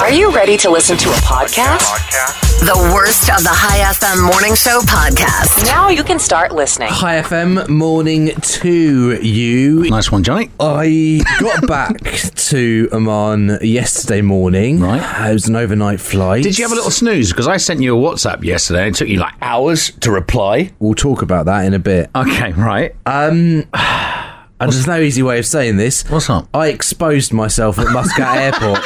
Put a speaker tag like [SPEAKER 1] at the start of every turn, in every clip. [SPEAKER 1] Are you ready to listen to a podcast?
[SPEAKER 2] The worst of the High FM Morning Show podcast.
[SPEAKER 1] Now you can start listening.
[SPEAKER 3] Hi FM morning to you.
[SPEAKER 4] Nice one, Johnny.
[SPEAKER 3] I got back to Amman yesterday morning.
[SPEAKER 4] Right.
[SPEAKER 3] Uh, It was an overnight flight.
[SPEAKER 4] Did you have a little snooze? Because I sent you a WhatsApp yesterday and it took you like hours to reply.
[SPEAKER 3] We'll talk about that in a bit.
[SPEAKER 4] Okay, right. Uh,
[SPEAKER 3] And there's no easy way of saying this.
[SPEAKER 4] What's up?
[SPEAKER 3] I exposed myself at Muscat Airport.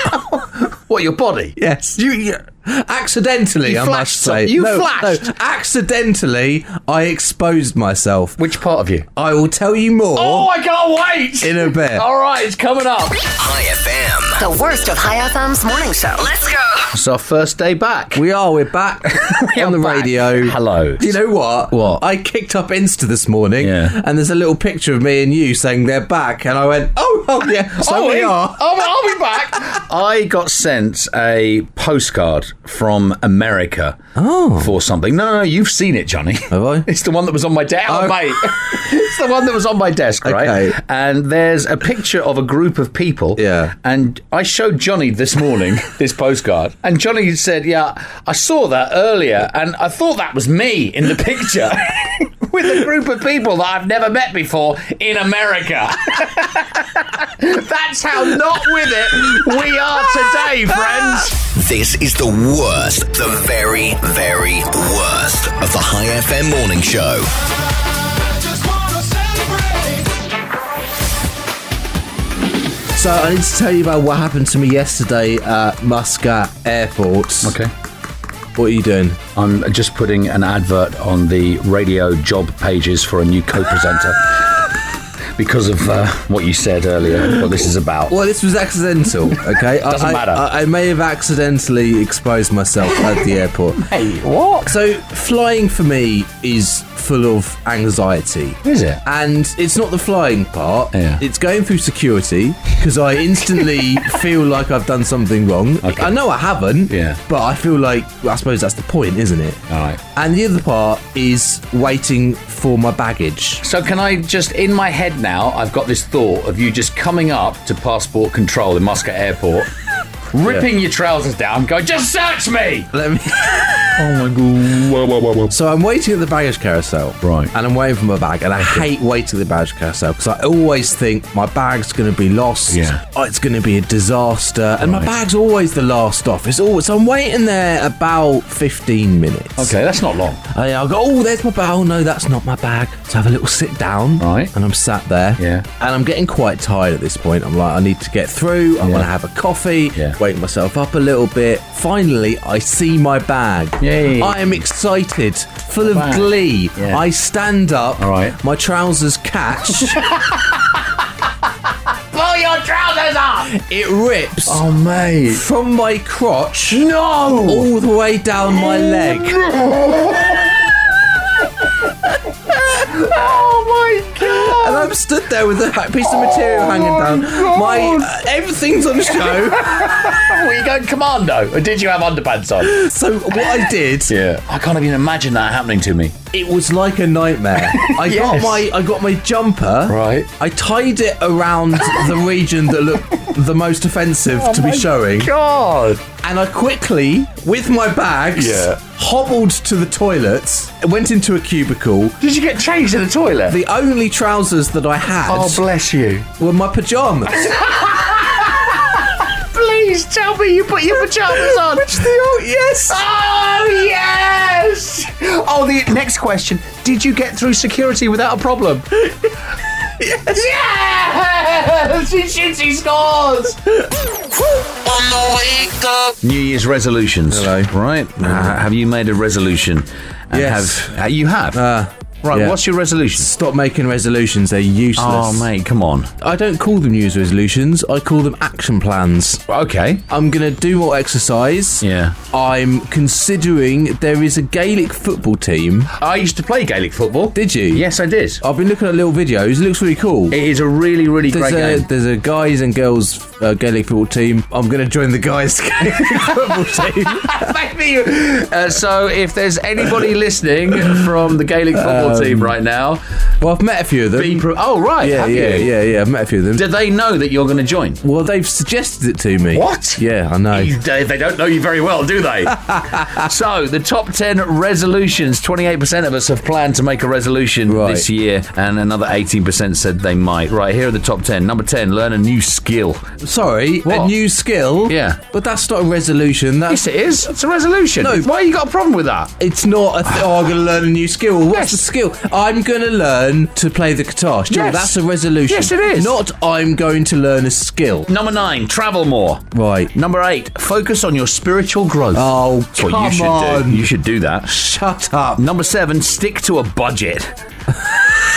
[SPEAKER 4] what, your body?
[SPEAKER 3] Yes. You, you- accidentally,
[SPEAKER 4] You
[SPEAKER 3] I
[SPEAKER 4] flashed
[SPEAKER 3] must say.
[SPEAKER 4] some- you
[SPEAKER 3] no,
[SPEAKER 4] flashed.
[SPEAKER 3] No, accidentally, I exposed myself.
[SPEAKER 4] Which part of you?
[SPEAKER 3] I will tell you more
[SPEAKER 4] Oh, I can't wait!
[SPEAKER 3] in a bit.
[SPEAKER 4] All right, it's coming up.
[SPEAKER 2] The worst of High FM's morning show. Let's go.
[SPEAKER 4] It's our first day back.
[SPEAKER 3] We are. We're back
[SPEAKER 4] We
[SPEAKER 3] on
[SPEAKER 4] are
[SPEAKER 3] the
[SPEAKER 4] back.
[SPEAKER 3] radio.
[SPEAKER 4] Hello.
[SPEAKER 3] Do you know what?
[SPEAKER 4] What?
[SPEAKER 3] I kicked up Insta this morning,
[SPEAKER 4] Yeah.
[SPEAKER 3] and there's a little picture of me and you saying they're back, and I went, "Oh, oh yeah, so we are."
[SPEAKER 4] Oh, I'll be back. I got sent a postcard from America for something. No, no, you've seen it, Johnny.
[SPEAKER 3] Have I?
[SPEAKER 4] It's the one that was on my desk, oh,
[SPEAKER 3] Oh.
[SPEAKER 4] mate. it's the one that was on my desk, right?
[SPEAKER 3] Okay.
[SPEAKER 4] And there's a picture of a group of people.
[SPEAKER 3] Yeah.
[SPEAKER 4] And I showed Johnny this morning this postcard, and Johnny said, "Yeah, I saw that earlier, and I thought that was me in the picture." With a group of people that I've never met before in America. That's how not with it we are today, friends.
[SPEAKER 5] This is the worst, the very, very worst of the High FM morning show.
[SPEAKER 3] So I need to tell you about what happened to me yesterday at Muscat Airport. What are you doing?
[SPEAKER 4] I'm just putting an advert on the radio job pages for a new co-presenter because of uh, what you said earlier. What this is about.
[SPEAKER 3] Well, this was accidental. Okay,
[SPEAKER 4] Doesn't
[SPEAKER 3] I, I-
[SPEAKER 4] matter.
[SPEAKER 3] I, I may have accidentally exposed myself at the airport.
[SPEAKER 4] Hey, what
[SPEAKER 3] So flying for me is full of anxiety.
[SPEAKER 4] is it?
[SPEAKER 3] and it's not the flying part.
[SPEAKER 4] Yeah.
[SPEAKER 3] It's going through security because I instantly feel like I've done something wrong.
[SPEAKER 4] Okay.
[SPEAKER 3] I know I haven't.
[SPEAKER 4] Yeah.
[SPEAKER 3] But I feel like well, I suppose that's the point, isn't it?
[SPEAKER 4] All right.
[SPEAKER 3] And the other part is waiting for my baggage.
[SPEAKER 4] So can I just in my head now? I've got this thought of you just coming up to passport control in Muscat Airport, ripping your trousers down, going, "Just search me."
[SPEAKER 3] Let me.
[SPEAKER 4] Oh my god!
[SPEAKER 3] So I'm waiting at the baggage carousel.
[SPEAKER 4] Right.
[SPEAKER 3] And I'm waiting for my bag. And I hate waiting at the baggage carousel because I always think my bag's going to be lost.
[SPEAKER 4] Yeah.
[SPEAKER 3] Oh, it's going to be a disaster. And my
[SPEAKER 4] Right.
[SPEAKER 3] bag's always the last off. It's always. So I'm waiting there about 15 minutes.
[SPEAKER 4] Okay, that's not long.
[SPEAKER 3] I, I go, oh, there's my bag. Oh, no, that's not my bag. So I have a little sit down.
[SPEAKER 4] Right.
[SPEAKER 3] And I'm sat there.
[SPEAKER 4] Yeah.
[SPEAKER 3] And I'm getting quite tired at this point. I'm like, I need to get through. I'm
[SPEAKER 4] Yeah.
[SPEAKER 3] going to have a coffee,
[SPEAKER 4] Yeah.
[SPEAKER 3] wake myself up a little bit. Finally, I see my bag.
[SPEAKER 4] Yay.
[SPEAKER 3] I am excited, full of
[SPEAKER 4] Bag.
[SPEAKER 3] glee.
[SPEAKER 4] Yeah.
[SPEAKER 3] I stand up.
[SPEAKER 4] All right.
[SPEAKER 3] My trousers catch.
[SPEAKER 4] Blow your trousers up!
[SPEAKER 3] it rips
[SPEAKER 4] mate.
[SPEAKER 3] from my crotch
[SPEAKER 4] Oh. No!
[SPEAKER 3] all the way down my leg.
[SPEAKER 4] Oh my god!
[SPEAKER 3] And I'm stood there with a piece of material
[SPEAKER 4] Oh
[SPEAKER 3] hanging down. My uh, everything's on show.
[SPEAKER 4] Were you going commando, or did you have underpants on?
[SPEAKER 3] So what I did,
[SPEAKER 4] Yeah. I can't even imagine that happening to me.
[SPEAKER 3] it was like a nightmare. I got
[SPEAKER 4] Yes.
[SPEAKER 3] my I got my jumper.
[SPEAKER 4] Right.
[SPEAKER 3] I tied it around the region that looked the most offensive to be showing,
[SPEAKER 4] Oh God.
[SPEAKER 3] and I quickly, with my bags,
[SPEAKER 4] Yeah.
[SPEAKER 3] hobbled to the toilets, went into a cubicle.
[SPEAKER 4] Did you get changed in the toilet?
[SPEAKER 3] The only trousers that I had
[SPEAKER 4] Oh, bless you.
[SPEAKER 3] were my pajamas.
[SPEAKER 4] Please tell me you put your pajamas on.
[SPEAKER 3] Which they all, yes.
[SPEAKER 4] Oh, yes! Oh, the next question. Did you get through security without a problem? yes! She shoots, she scores! New Year's resolutions.
[SPEAKER 3] Hello.
[SPEAKER 4] Right? have you made a resolution? And
[SPEAKER 3] Yes.
[SPEAKER 4] Have, uh, you have?
[SPEAKER 3] Uh,
[SPEAKER 4] right,
[SPEAKER 3] yeah.
[SPEAKER 4] what's your resolution?
[SPEAKER 3] Stop making resolutions; they're useless.
[SPEAKER 4] Oh, mate, come on.
[SPEAKER 3] I don't call them New Year's resolutions. I call them action plans.
[SPEAKER 4] Okay.
[SPEAKER 3] I'm gonna do more exercise.
[SPEAKER 4] Yeah.
[SPEAKER 3] I'm considering there is a Gaelic football team.
[SPEAKER 4] I used to play Gaelic football.
[SPEAKER 3] Did you?
[SPEAKER 4] Yes, I did.
[SPEAKER 3] I've been looking at little videos. It looks really cool.
[SPEAKER 4] It is a really, really
[SPEAKER 3] there's
[SPEAKER 4] great
[SPEAKER 3] a
[SPEAKER 4] game.
[SPEAKER 3] there's a guys and girls uh, Gaelic football team. I'm gonna join the guys Gaelic football team.
[SPEAKER 4] Maybe you- Uh, so, if there's anybody listening from the Gaelic football the team right now.
[SPEAKER 3] Well, I've met a few of them.
[SPEAKER 4] Be pro- oh, right.
[SPEAKER 3] yeah,
[SPEAKER 4] have
[SPEAKER 3] yeah,
[SPEAKER 4] you?
[SPEAKER 3] yeah, yeah. I've met a few of them.
[SPEAKER 4] Do they know that you're going to join?
[SPEAKER 3] well, they've suggested it to me.
[SPEAKER 4] What?
[SPEAKER 3] Yeah, I know.
[SPEAKER 4] You- They, they don't know you very well, do they? so, the top 10 resolutions 28% of us have planned to make a resolution
[SPEAKER 3] Right.
[SPEAKER 4] this year, and another 18% said they might. Right, here are the top 10. Number 10, learn a new skill.
[SPEAKER 3] Sorry, a
[SPEAKER 4] What?
[SPEAKER 3] new skill.
[SPEAKER 4] Yeah.
[SPEAKER 3] but that's not a resolution. That's
[SPEAKER 4] Yes, it is. It's a resolution.
[SPEAKER 3] No.
[SPEAKER 4] Why you got a problem with that?
[SPEAKER 3] It's not. A th- oh, I'm going to learn a new skill. Well, What's
[SPEAKER 4] Yes.
[SPEAKER 3] the skill? I'm going to learn to play the guitar. Sure,
[SPEAKER 4] Yes.
[SPEAKER 3] that's a resolution.
[SPEAKER 4] Yes, it is.
[SPEAKER 3] Not. I'm going to learn a skill.
[SPEAKER 4] Number 9, travel more.
[SPEAKER 3] Right.
[SPEAKER 4] Number 8, focus on your spiritual growth.
[SPEAKER 3] Oh,
[SPEAKER 4] That's what
[SPEAKER 3] come
[SPEAKER 4] you should
[SPEAKER 3] on.
[SPEAKER 4] do. You should do that.
[SPEAKER 3] Shut up.
[SPEAKER 4] Number seven, stick to a budget.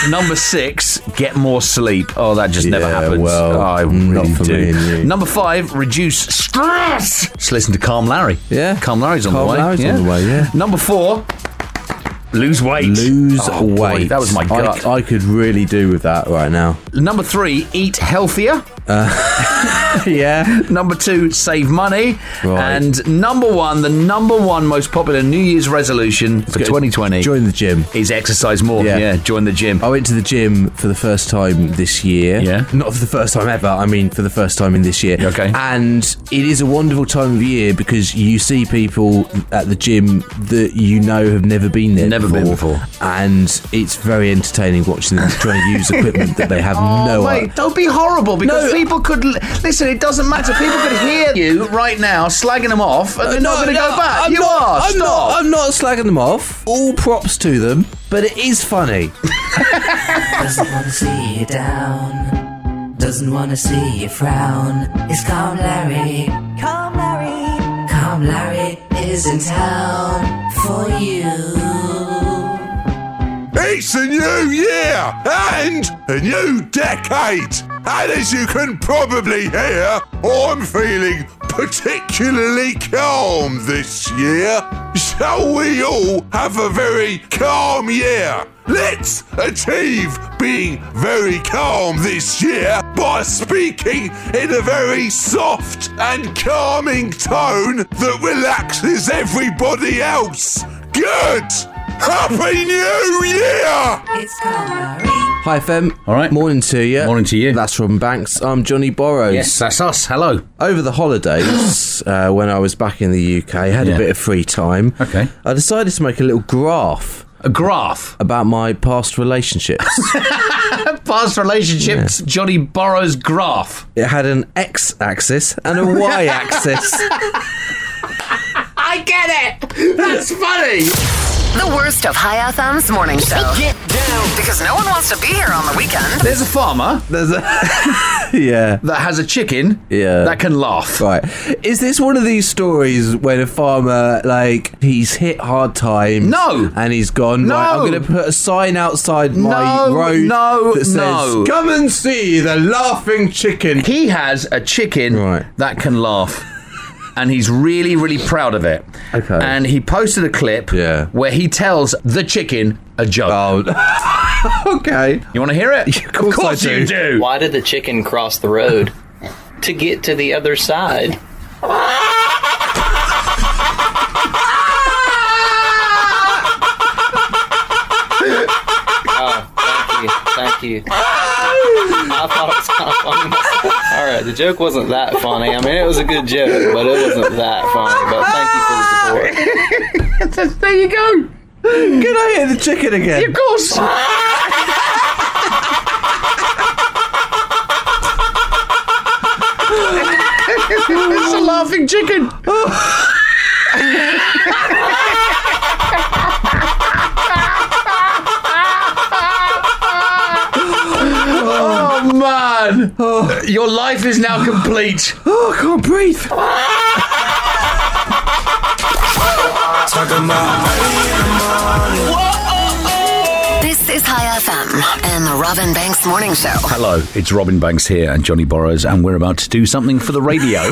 [SPEAKER 4] Number six, get more sleep. Oh, that just never
[SPEAKER 3] Yeah,
[SPEAKER 4] happens.
[SPEAKER 3] well,
[SPEAKER 4] Oh, I
[SPEAKER 3] not
[SPEAKER 4] really
[SPEAKER 3] for
[SPEAKER 4] do.
[SPEAKER 3] me and you.
[SPEAKER 4] Number five, reduce stress. Let's listen to Calm Larry.
[SPEAKER 3] Yeah.
[SPEAKER 4] Calm Larry's on
[SPEAKER 3] Calm
[SPEAKER 4] the way.
[SPEAKER 3] Larry's on the way, yeah.
[SPEAKER 4] Number four, lose weight.
[SPEAKER 3] Lose
[SPEAKER 4] Oh,
[SPEAKER 3] weight.
[SPEAKER 4] boy, that was my gut.
[SPEAKER 3] I, I could really do with that right now.
[SPEAKER 4] Number three, eat healthier.
[SPEAKER 3] yeah.
[SPEAKER 4] Number two, save money.
[SPEAKER 3] Right.
[SPEAKER 4] And number one, the number one most popular New Year's resolution for 2020
[SPEAKER 3] Join the gym.
[SPEAKER 4] is exercise more.
[SPEAKER 3] Yeah.
[SPEAKER 4] yeah join the gym.
[SPEAKER 3] I went to the gym for the first time this year.
[SPEAKER 4] Yeah.
[SPEAKER 3] Not for the first time ever, I mean for the first time in this year.
[SPEAKER 4] Okay.
[SPEAKER 3] And it is a wonderful time of year because you see people at the gym that you know have never been there
[SPEAKER 4] Never
[SPEAKER 3] before.
[SPEAKER 4] been before.
[SPEAKER 3] And it's very entertaining watching them trying to use equipment that they have no
[SPEAKER 4] Wait,
[SPEAKER 3] idea.
[SPEAKER 4] don't be horrible
[SPEAKER 3] Oh.
[SPEAKER 4] because
[SPEAKER 3] No.
[SPEAKER 4] people could l- listen. It doesn't matter. People could hear you right now slagging them off, and they're not going to go back.
[SPEAKER 3] I'm
[SPEAKER 4] you
[SPEAKER 3] not,
[SPEAKER 4] are.
[SPEAKER 3] I'm
[SPEAKER 4] Stop.
[SPEAKER 3] Not, I'm not slagging them off. All props to them, but it is funny.
[SPEAKER 6] Doesn't wanna see you down. Doesn't wanna see you frown. It's Calm Larry. Calm Larry. Calm Larry is in town for you.
[SPEAKER 7] It's a new year and a new decade. And as you can probably hear, I'm feeling particularly calm this year. Shall we all have a very calm year? Let's achieve being very calm this year by speaking in a very soft and calming tone that relaxes everybody else. Good! Happy New Year!
[SPEAKER 6] It's Calm Larry.
[SPEAKER 3] Hi, Fem.
[SPEAKER 4] All right.
[SPEAKER 3] Morning to you.
[SPEAKER 4] Morning to you.
[SPEAKER 3] That's Robin Banks. I'm Johnny Borrows.
[SPEAKER 4] yes, that's us. Hello.
[SPEAKER 3] Over the holidays, uh, when I was back in the UK, I had a
[SPEAKER 4] Yeah.
[SPEAKER 3] bit of free time.
[SPEAKER 4] Okay.
[SPEAKER 3] I decided to make a little graph
[SPEAKER 4] A graph.
[SPEAKER 3] about my past relationships.
[SPEAKER 4] Past relationships. Johnny Borrow's graph.
[SPEAKER 3] it had an X axis and a Y axis.
[SPEAKER 4] I get it. That's funny.
[SPEAKER 2] The worst of High FM's morning show. Get down. Because no one wants to be here on the weekend.
[SPEAKER 4] There's a farmer
[SPEAKER 3] There's a. yeah.
[SPEAKER 4] that has a chicken.
[SPEAKER 3] Yeah.
[SPEAKER 4] That can laugh.
[SPEAKER 3] Right. Is this one of these stories when a farmer, like, he's hit hard times?
[SPEAKER 4] No.
[SPEAKER 3] And he's gone,
[SPEAKER 4] No.
[SPEAKER 3] right, I'm going to put a sign outside my
[SPEAKER 4] No,
[SPEAKER 3] road
[SPEAKER 4] no,
[SPEAKER 3] that says,
[SPEAKER 4] no.
[SPEAKER 3] come and see the laughing chicken.
[SPEAKER 4] He has a chicken
[SPEAKER 3] Right.
[SPEAKER 4] that can laugh. And he's really, really proud of it.
[SPEAKER 3] Okay.
[SPEAKER 4] And he posted a clip
[SPEAKER 3] Yeah.
[SPEAKER 4] where he tells the chicken a joke.
[SPEAKER 3] Oh, okay.
[SPEAKER 4] You want to hear it?
[SPEAKER 3] Of course I
[SPEAKER 4] you
[SPEAKER 3] do.
[SPEAKER 4] do.
[SPEAKER 8] Why did the chicken cross the road? to get to the other side. oh, thank you. Thank you. I thought it was kind of funny. myself. All right, the joke wasn't that funny. I mean, it was a good joke, but it wasn't that funny. But thank you for the support.
[SPEAKER 4] There you go.
[SPEAKER 3] Can I hear the chicken again?
[SPEAKER 4] Of course. it's a laughing chicken. oh man. Your life is now complete.
[SPEAKER 3] Oh, I can't breathe.
[SPEAKER 2] This is High FM and the Robin Banks Morning Show.
[SPEAKER 4] Hello, it's Robin Banks here and Johnny Borrows, and we're about to do something for the radio.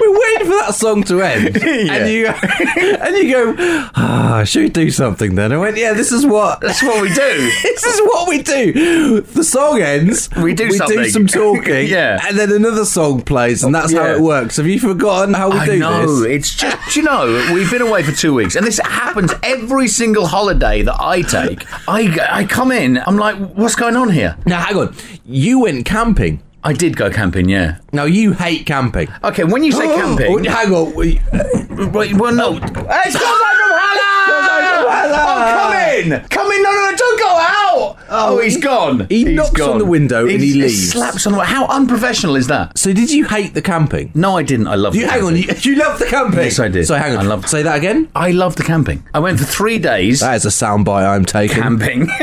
[SPEAKER 3] We're waiting for that song to end, and you go, and you go, ah, should we do something then? I went, yeah, this is what
[SPEAKER 4] That's what we do.
[SPEAKER 3] this is what we do. The song ends.
[SPEAKER 4] We do
[SPEAKER 3] we
[SPEAKER 4] something.
[SPEAKER 3] do some talking,
[SPEAKER 4] Yeah.
[SPEAKER 3] and then another song plays, and that's how
[SPEAKER 4] Yeah.
[SPEAKER 3] it works. Have you forgotten how we
[SPEAKER 4] I
[SPEAKER 3] do
[SPEAKER 4] know.
[SPEAKER 3] this?
[SPEAKER 4] It's just, do you know, we've been away for two weeks, and this happens every single holiday that I take. I, I come in, I'm like, what's going on here?
[SPEAKER 3] Now, hang on. You went camping.
[SPEAKER 4] I did go camping, yeah.
[SPEAKER 3] Now you hate camping.
[SPEAKER 4] Okay, when you say
[SPEAKER 3] Oh,
[SPEAKER 4] camping,
[SPEAKER 3] hang on. we-
[SPEAKER 4] wait, well, no. Hey, it's Gonzo from
[SPEAKER 3] Oh,
[SPEAKER 4] Hala! Oh, come in! Come in! No, no, no! Don't go out! Oh, he's gone.
[SPEAKER 3] he
[SPEAKER 4] He's
[SPEAKER 3] knocks on
[SPEAKER 4] gone.
[SPEAKER 3] the window and he leaves.
[SPEAKER 4] Slaps on the. How unprofessional is that?
[SPEAKER 3] So, did you hate the camping?
[SPEAKER 4] No, I didn't. I love.
[SPEAKER 3] You hang on. You, you love the camping.
[SPEAKER 4] Yes, I did.
[SPEAKER 3] So hang on.
[SPEAKER 4] I love-
[SPEAKER 3] Say that again.
[SPEAKER 4] I love the camping. I went for three days.
[SPEAKER 3] That is a soundbite I'm taking.
[SPEAKER 4] camping.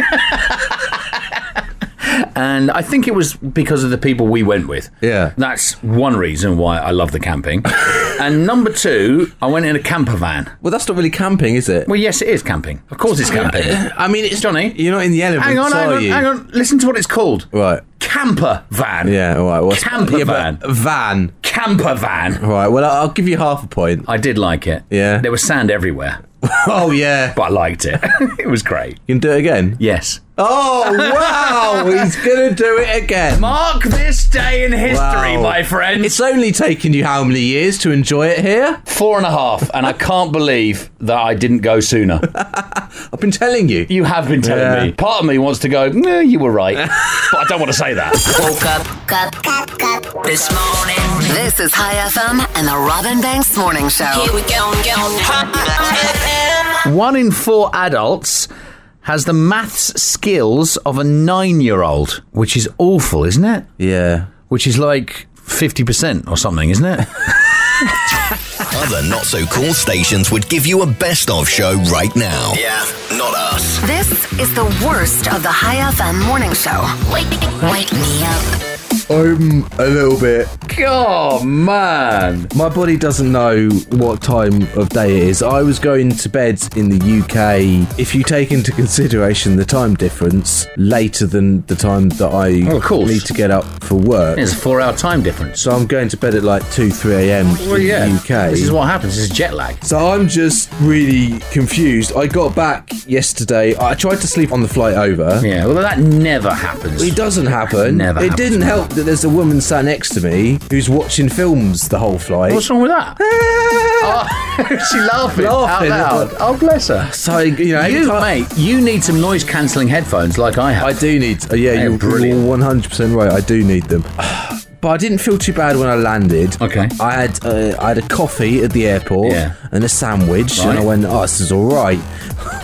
[SPEAKER 4] And I think it was because of the people we went with.
[SPEAKER 3] Yeah.
[SPEAKER 4] That's one reason why I love the camping. and number two, I went in a camper van.
[SPEAKER 3] well, that's not really camping, is it?
[SPEAKER 4] Well, yes, it is camping. Of course it's camping.
[SPEAKER 3] I mean, it's
[SPEAKER 4] Johnny.
[SPEAKER 3] You're not in the elements,
[SPEAKER 4] hang on, hang
[SPEAKER 3] are
[SPEAKER 4] on,
[SPEAKER 3] you?
[SPEAKER 4] hang on. Listen to what it's called.
[SPEAKER 3] Right.
[SPEAKER 4] Camper van.
[SPEAKER 3] Yeah. All right. What's
[SPEAKER 4] Camper
[SPEAKER 3] yeah,
[SPEAKER 4] van.
[SPEAKER 3] but- Van.
[SPEAKER 4] Camper van.
[SPEAKER 3] All right. Well, I'll give you half a point.
[SPEAKER 4] I did like it.
[SPEAKER 3] Yeah.
[SPEAKER 4] There was sand everywhere,
[SPEAKER 3] Oh yeah.
[SPEAKER 4] but I liked it. it was great.
[SPEAKER 3] You can do it again.
[SPEAKER 4] Yes.
[SPEAKER 3] Oh wow! He's gonna do it again.
[SPEAKER 4] Mark this day in history,
[SPEAKER 3] Wow.
[SPEAKER 4] my friend.
[SPEAKER 3] It's only taken you how many years to enjoy it here?
[SPEAKER 4] Four and a half, and I can't believe that I didn't go sooner.
[SPEAKER 3] I've been telling you.
[SPEAKER 4] You have been telling
[SPEAKER 3] Yeah.
[SPEAKER 4] me. Part of me wants to go, nah, you were right. but I don't want to say that.
[SPEAKER 2] Woke up, cup, cup, cup this morning. This is High FM and the Robin Banks Morning Show. Here we go,
[SPEAKER 4] One in four adults has the maths skills of a nine year old, which is awful, isn't it?
[SPEAKER 3] Yeah.
[SPEAKER 4] Which is like 50% or something, isn't it?
[SPEAKER 5] Other not so cool stations would give you a best of show right now. Yeah, not us.
[SPEAKER 2] This is the worst of the High FM Morning Show. Wake, wake me up.
[SPEAKER 3] I'm a little bit.
[SPEAKER 4] God, man.
[SPEAKER 3] My body doesn't know what time of day it is. I was going to bed in the UK. If you take into consideration the time difference, later than the time that I
[SPEAKER 4] Oh, of course.
[SPEAKER 3] need to get up for work.
[SPEAKER 4] It's a four hour time difference.
[SPEAKER 3] So I'm going to bed at like 2 3 a.m.
[SPEAKER 4] Well,
[SPEAKER 3] in
[SPEAKER 4] yeah.
[SPEAKER 3] the UK.
[SPEAKER 4] This is what happens. This is jet lag.
[SPEAKER 3] So I'm just really confused. I got back yesterday. I tried to sleep on the flight over.
[SPEAKER 4] Yeah, well, that never happens.
[SPEAKER 3] It doesn't happen.
[SPEAKER 4] Never
[SPEAKER 3] it
[SPEAKER 4] happens,
[SPEAKER 3] didn't help that there's a woman sat next to me who's watching films the whole flight. Ah,
[SPEAKER 4] What's wrong with that? Oh, is she laughing,
[SPEAKER 3] Laughing.
[SPEAKER 4] out loud. Oh, bless her.
[SPEAKER 3] So you know, every
[SPEAKER 4] You,
[SPEAKER 3] time-
[SPEAKER 4] mate, you need some noise cancelling headphones like I have.
[SPEAKER 3] I do need. oh, yeah,
[SPEAKER 4] They're
[SPEAKER 3] you're
[SPEAKER 4] brilliant.
[SPEAKER 3] one hundred percent right. I do need them. But I didn't feel too bad when I landed.
[SPEAKER 4] Okay.
[SPEAKER 3] I had uh, I had a coffee at the airport
[SPEAKER 4] Yeah.
[SPEAKER 3] and a sandwich, and I
[SPEAKER 4] Right.
[SPEAKER 3] went, "Oh, this is all right."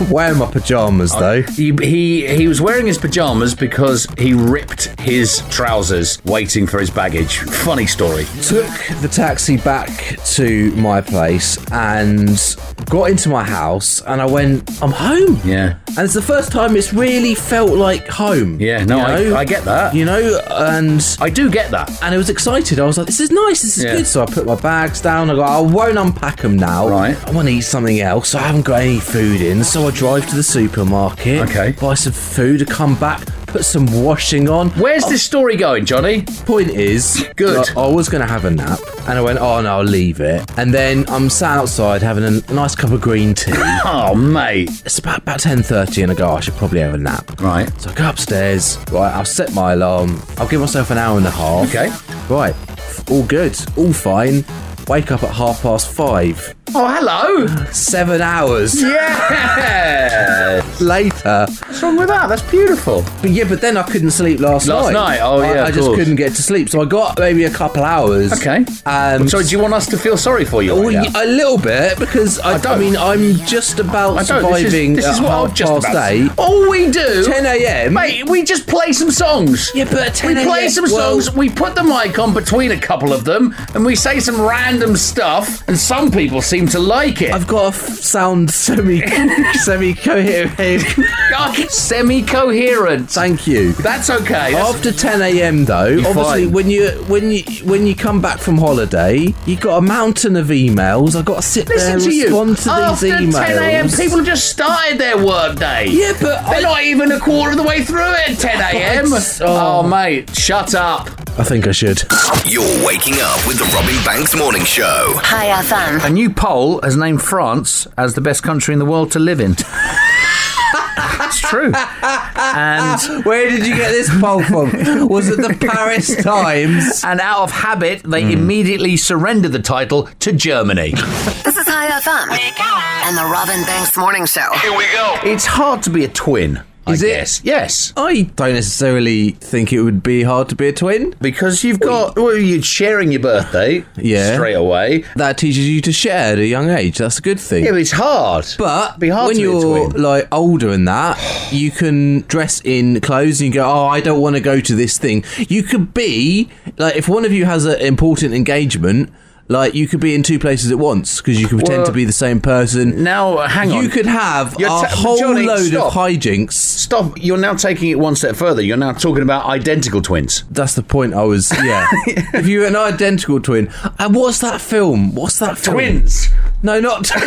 [SPEAKER 3] Wearing my pajamas though.
[SPEAKER 4] He, he he was wearing his pajamas because he ripped his trousers waiting for his baggage. Funny story.
[SPEAKER 3] took the taxi back to my place and got into my house and I went, I'm home.
[SPEAKER 4] Yeah.
[SPEAKER 3] And it's the first time it's really felt like home.
[SPEAKER 4] Yeah, no, I- I get that.
[SPEAKER 3] You know, and
[SPEAKER 4] I do get that.
[SPEAKER 3] and I was excited. I was like, this is nice, this is
[SPEAKER 4] Yeah.
[SPEAKER 3] good. So I put my bags down. I go, I won't unpack them now.
[SPEAKER 4] Right.
[SPEAKER 3] I want to eat something else. I haven't got any food in. So I drive to the supermarket.
[SPEAKER 4] Okay.
[SPEAKER 3] Buy some food. I come back, put some washing on.
[SPEAKER 4] Where's this story going, Johnny?
[SPEAKER 3] Point is,
[SPEAKER 4] Good.
[SPEAKER 3] I, I was going to have a nap, and I went, oh no, I'll leave it. And then I'm sat outside having a nice cup of green tea.
[SPEAKER 4] Oh, mate.
[SPEAKER 3] it's about about ten thirty, and I go, I should probably have a nap.
[SPEAKER 4] Right.
[SPEAKER 3] So I go upstairs. Right, I'll set my alarm. I'll give myself an hour and a half.
[SPEAKER 4] Okay.
[SPEAKER 3] Right, all good, all fine. Wake up at half past five.
[SPEAKER 4] Oh, hello.
[SPEAKER 3] Seven hours
[SPEAKER 4] Yeah.
[SPEAKER 3] later.
[SPEAKER 4] What's wrong with that? That's beautiful.
[SPEAKER 3] But yeah, but then I couldn't sleep last,
[SPEAKER 4] Last night? Oh,
[SPEAKER 3] I-
[SPEAKER 4] yeah,
[SPEAKER 3] I,
[SPEAKER 4] of
[SPEAKER 3] just
[SPEAKER 4] course.
[SPEAKER 3] couldn't get to sleep. So I got maybe a couple hours.
[SPEAKER 4] Okay.
[SPEAKER 3] Um, Oh, uh,
[SPEAKER 4] So, do you want us to feel sorry for you?
[SPEAKER 3] Well,
[SPEAKER 4] right now?
[SPEAKER 3] y- a little bit because I, I,
[SPEAKER 4] don't.
[SPEAKER 3] mean I'm just about
[SPEAKER 4] I don't. This
[SPEAKER 3] surviving
[SPEAKER 4] is, this
[SPEAKER 3] at
[SPEAKER 4] is what
[SPEAKER 3] half
[SPEAKER 4] I'm just
[SPEAKER 3] past
[SPEAKER 4] about. to-
[SPEAKER 3] eight.
[SPEAKER 4] All we do,
[SPEAKER 3] 10 a.m.
[SPEAKER 4] mate. We just play some songs.
[SPEAKER 3] Yeah, but 10
[SPEAKER 4] we play
[SPEAKER 3] a.m.
[SPEAKER 4] some
[SPEAKER 3] well-
[SPEAKER 4] songs. We put the mic on between a couple of them, and we say some random stuff. And some people seem seem to like it.
[SPEAKER 3] I've got to f- sound semi semi coherent.
[SPEAKER 4] got semi coherent.
[SPEAKER 3] Thank you.
[SPEAKER 4] That's okay. That's-
[SPEAKER 3] After 10 a.m. though, obviously
[SPEAKER 4] fine.
[SPEAKER 3] when you when you when you come back from holiday, you got a mountain of emails. I've got to sit
[SPEAKER 4] Listen
[SPEAKER 3] there
[SPEAKER 4] to
[SPEAKER 3] and
[SPEAKER 4] you.
[SPEAKER 3] respond uh, to
[SPEAKER 4] After
[SPEAKER 3] these emails.
[SPEAKER 4] 10 a.m., people have just started their workday.
[SPEAKER 3] Yeah, but
[SPEAKER 4] They're
[SPEAKER 3] I-
[SPEAKER 4] not even a quarter of the way through it at 10 a.m.
[SPEAKER 3] It's-
[SPEAKER 4] Oh.
[SPEAKER 3] oh.
[SPEAKER 4] mate, shut up.
[SPEAKER 3] I think I should.
[SPEAKER 5] You're waking up with the Robin Banks Morning Show.
[SPEAKER 2] High FM.
[SPEAKER 4] A new poll has named France as the best country in the world to live in. it's true. And.
[SPEAKER 3] Where did you get this poll from? Was it the Paris Times?
[SPEAKER 4] And out of habit,
[SPEAKER 3] Hmm.
[SPEAKER 4] they immediately surrendered the title to Germany.
[SPEAKER 2] This is High FM. And the Robin Banks Morning Show.
[SPEAKER 4] It's hard to be a twin.
[SPEAKER 3] Is
[SPEAKER 4] I
[SPEAKER 3] it?
[SPEAKER 4] guess. Yes.
[SPEAKER 3] I don't necessarily think it would be hard to be a twin.
[SPEAKER 4] Because you've got, well, you're sharing your birthday
[SPEAKER 3] Yeah.
[SPEAKER 4] straight away.
[SPEAKER 3] That teaches you to share at a young age. That's a good thing.
[SPEAKER 4] Yeah, but it's hard.
[SPEAKER 3] But
[SPEAKER 4] be hard
[SPEAKER 3] when
[SPEAKER 4] to be a
[SPEAKER 3] you're
[SPEAKER 4] twin.
[SPEAKER 3] like older and that, you can dress in clothes and you go, "Oh, I don't want to go to this thing." You could be like, if one of you has an important engagement, like you could be in two places at once because you could pretend
[SPEAKER 4] Well,
[SPEAKER 3] to be the same person.
[SPEAKER 4] now, uh, hang on.
[SPEAKER 3] you could have
[SPEAKER 4] You're
[SPEAKER 3] a
[SPEAKER 4] ta-
[SPEAKER 3] whole
[SPEAKER 4] Johnny,
[SPEAKER 3] load
[SPEAKER 4] stop.
[SPEAKER 3] of hijinks.
[SPEAKER 4] Stop. You're now taking it one step further. You're now talking about identical twins.
[SPEAKER 3] That's the point. I was yeah. if you're an identical twin, and what's that film? What's that film? No, not.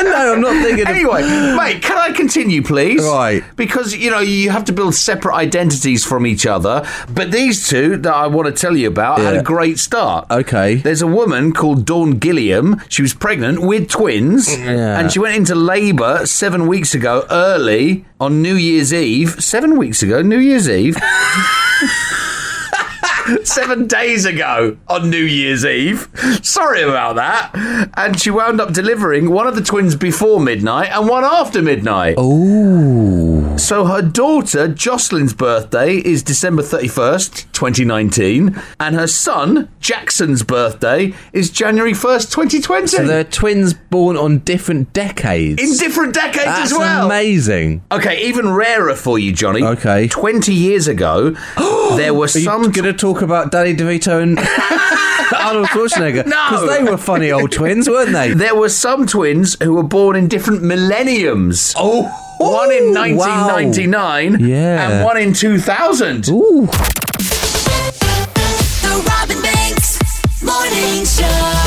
[SPEAKER 3] no, I'm not thinking. of-
[SPEAKER 4] Anyway, mate, can I continue, please?
[SPEAKER 3] Right.
[SPEAKER 4] Because, you know, you have to build separate identities from each other. But these two that I want to tell you about had
[SPEAKER 3] Yeah.
[SPEAKER 4] a great start.
[SPEAKER 3] Okay.
[SPEAKER 4] There's a woman called Dawn Gilliam. She was pregnant with twins.
[SPEAKER 3] Yeah.
[SPEAKER 4] And she went into labour seven weeks ago, early on New Year's Eve. Seven weeks ago, New Year's Eve. seven days ago on New Year's Eve. Sorry about that. And she wound up delivering one of the twins before midnight and one after midnight. Oh. So her daughter Jocelyn's birthday is December 31st, 2019, and her son Jackson's birthday is January 1st, 2020.
[SPEAKER 3] So they're twins born on different decades.
[SPEAKER 4] in different decades
[SPEAKER 3] That's
[SPEAKER 4] as well.
[SPEAKER 3] amazing.
[SPEAKER 4] Okay, even rarer for you, Johnny.
[SPEAKER 3] Okay.
[SPEAKER 4] 20 years ago, there were
[SPEAKER 3] Are you
[SPEAKER 4] some
[SPEAKER 3] going to talk about Danny DeVito and Arnold Schwarzenegger?
[SPEAKER 4] No.
[SPEAKER 3] Because they were funny old twins, weren't they?
[SPEAKER 4] There were some twins who were born in different millenniums.
[SPEAKER 3] Oh,
[SPEAKER 4] One in
[SPEAKER 3] Ooh,
[SPEAKER 4] 1999
[SPEAKER 3] wow. Yeah.
[SPEAKER 4] and one in 2000.
[SPEAKER 3] wow. Ooh.
[SPEAKER 9] The Robin Banks Morning Show.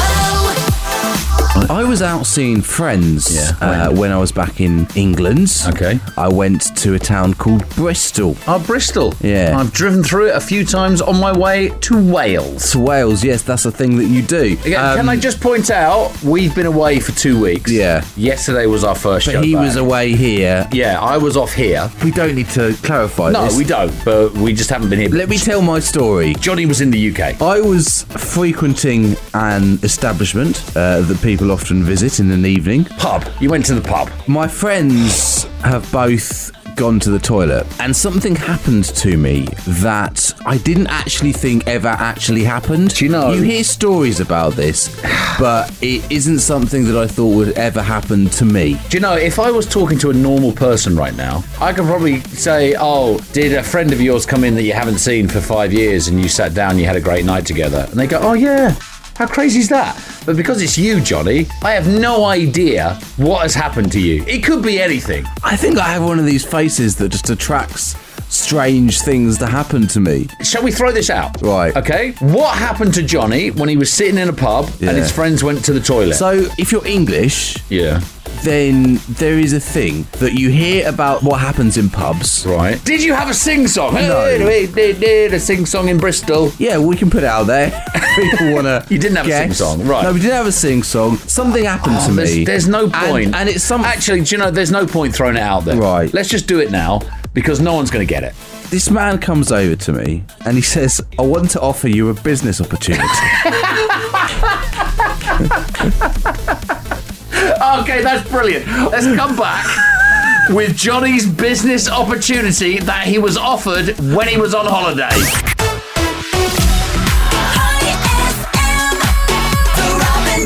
[SPEAKER 3] I was out seeing friends
[SPEAKER 4] Yeah,
[SPEAKER 3] uh, when I was back in England.
[SPEAKER 4] Okay.
[SPEAKER 3] I went to a town called Bristol.
[SPEAKER 4] Oh, Bristol.
[SPEAKER 3] Yeah.
[SPEAKER 4] I've driven through it a few times on my way to Wales.
[SPEAKER 3] To Wales, yes, that's a thing that you do.
[SPEAKER 4] Yeah,
[SPEAKER 3] Um,
[SPEAKER 4] Can I just point out, we've been away for two weeks.
[SPEAKER 3] Yeah.
[SPEAKER 4] Yesterday was our first show.
[SPEAKER 3] but he
[SPEAKER 4] back.
[SPEAKER 3] was away here.
[SPEAKER 4] Yeah, I was off here.
[SPEAKER 3] We don't need to clarify
[SPEAKER 4] No,
[SPEAKER 3] this.
[SPEAKER 4] we don't, but we just haven't been here.
[SPEAKER 3] Let me tell my story.
[SPEAKER 4] Johnny was in the UK.
[SPEAKER 3] I was frequenting an establishment uh, that people often visit in an evening.
[SPEAKER 4] Pub. You went to the pub.
[SPEAKER 3] My friends have both gone to the toilet, and something happened to me that I didn't actually think ever actually happened.
[SPEAKER 4] Do you know-
[SPEAKER 3] You hear stories about this, but it isn't something that I thought would ever happen to me.
[SPEAKER 4] Do you know, if I was talking to a normal person right now, I could probably say, Oh, did a friend of yours come in that you haven't seen for five years and you sat down, you had a great night together? And they go, Oh, yeah. How crazy is that? But because it's you, Johnny, I have no idea what has happened to you. It could be anything.
[SPEAKER 3] I think I have one of these faces that just attracts strange things to happen to me.
[SPEAKER 4] Shall we throw this out?
[SPEAKER 3] Right.
[SPEAKER 4] Okay. What happened to Johnny when he was sitting in a pub
[SPEAKER 3] Yeah.
[SPEAKER 4] and his friends went to the toilet?
[SPEAKER 3] So, if you're English,
[SPEAKER 4] yeah.
[SPEAKER 3] then there is a thing that you hear about what happens in pubs.
[SPEAKER 4] Right. Did you have a sing song? Hey, did- did a sing song in Bristol.
[SPEAKER 3] Yeah, we can put it out there. People want to.
[SPEAKER 4] You didn't have a sing-song, right.
[SPEAKER 3] No, we didn't have a sing song. Something happened to
[SPEAKER 4] there's,
[SPEAKER 3] me.
[SPEAKER 4] there's no
[SPEAKER 3] And-
[SPEAKER 4] point.
[SPEAKER 3] And, it's some.
[SPEAKER 4] Actually, do you know, there's no point throwing it out there.
[SPEAKER 3] Right.
[SPEAKER 4] Let's just do it now because no one's going to get it.
[SPEAKER 3] this man comes over to me and he says, "I want to offer you a business opportunity."
[SPEAKER 4] Okay, that's brilliant. Let's come back with Johnny's business opportunity that he was offered when he was on holiday.
[SPEAKER 9] High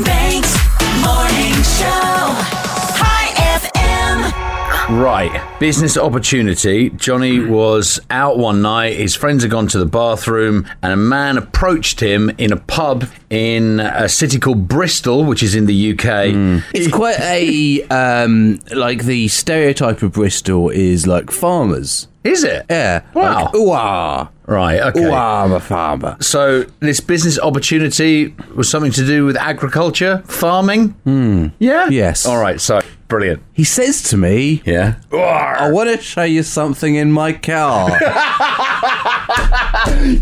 [SPEAKER 9] FM. The Robin Banks Morning Show. High FM.
[SPEAKER 4] Right, business opportunity. Johnny was out one night. His friends had gone to the bathroom, and a man approached him in a pub in a city called Bristol, which is in the UK.
[SPEAKER 3] It's quite a um, like the stereotype of Bristol is like farmers.
[SPEAKER 4] Is it?
[SPEAKER 3] Yeah.
[SPEAKER 4] Wow.
[SPEAKER 3] Like, ooh ah,
[SPEAKER 4] Right. Okay.
[SPEAKER 3] ooh ah, I'm a farmer.
[SPEAKER 4] So this business opportunity was something to do with agriculture, farming. Yeah.
[SPEAKER 3] Yes.
[SPEAKER 4] All right. So brilliant. Oh,
[SPEAKER 3] He says to me,
[SPEAKER 4] Yeah.
[SPEAKER 3] "I want to show you something in my car."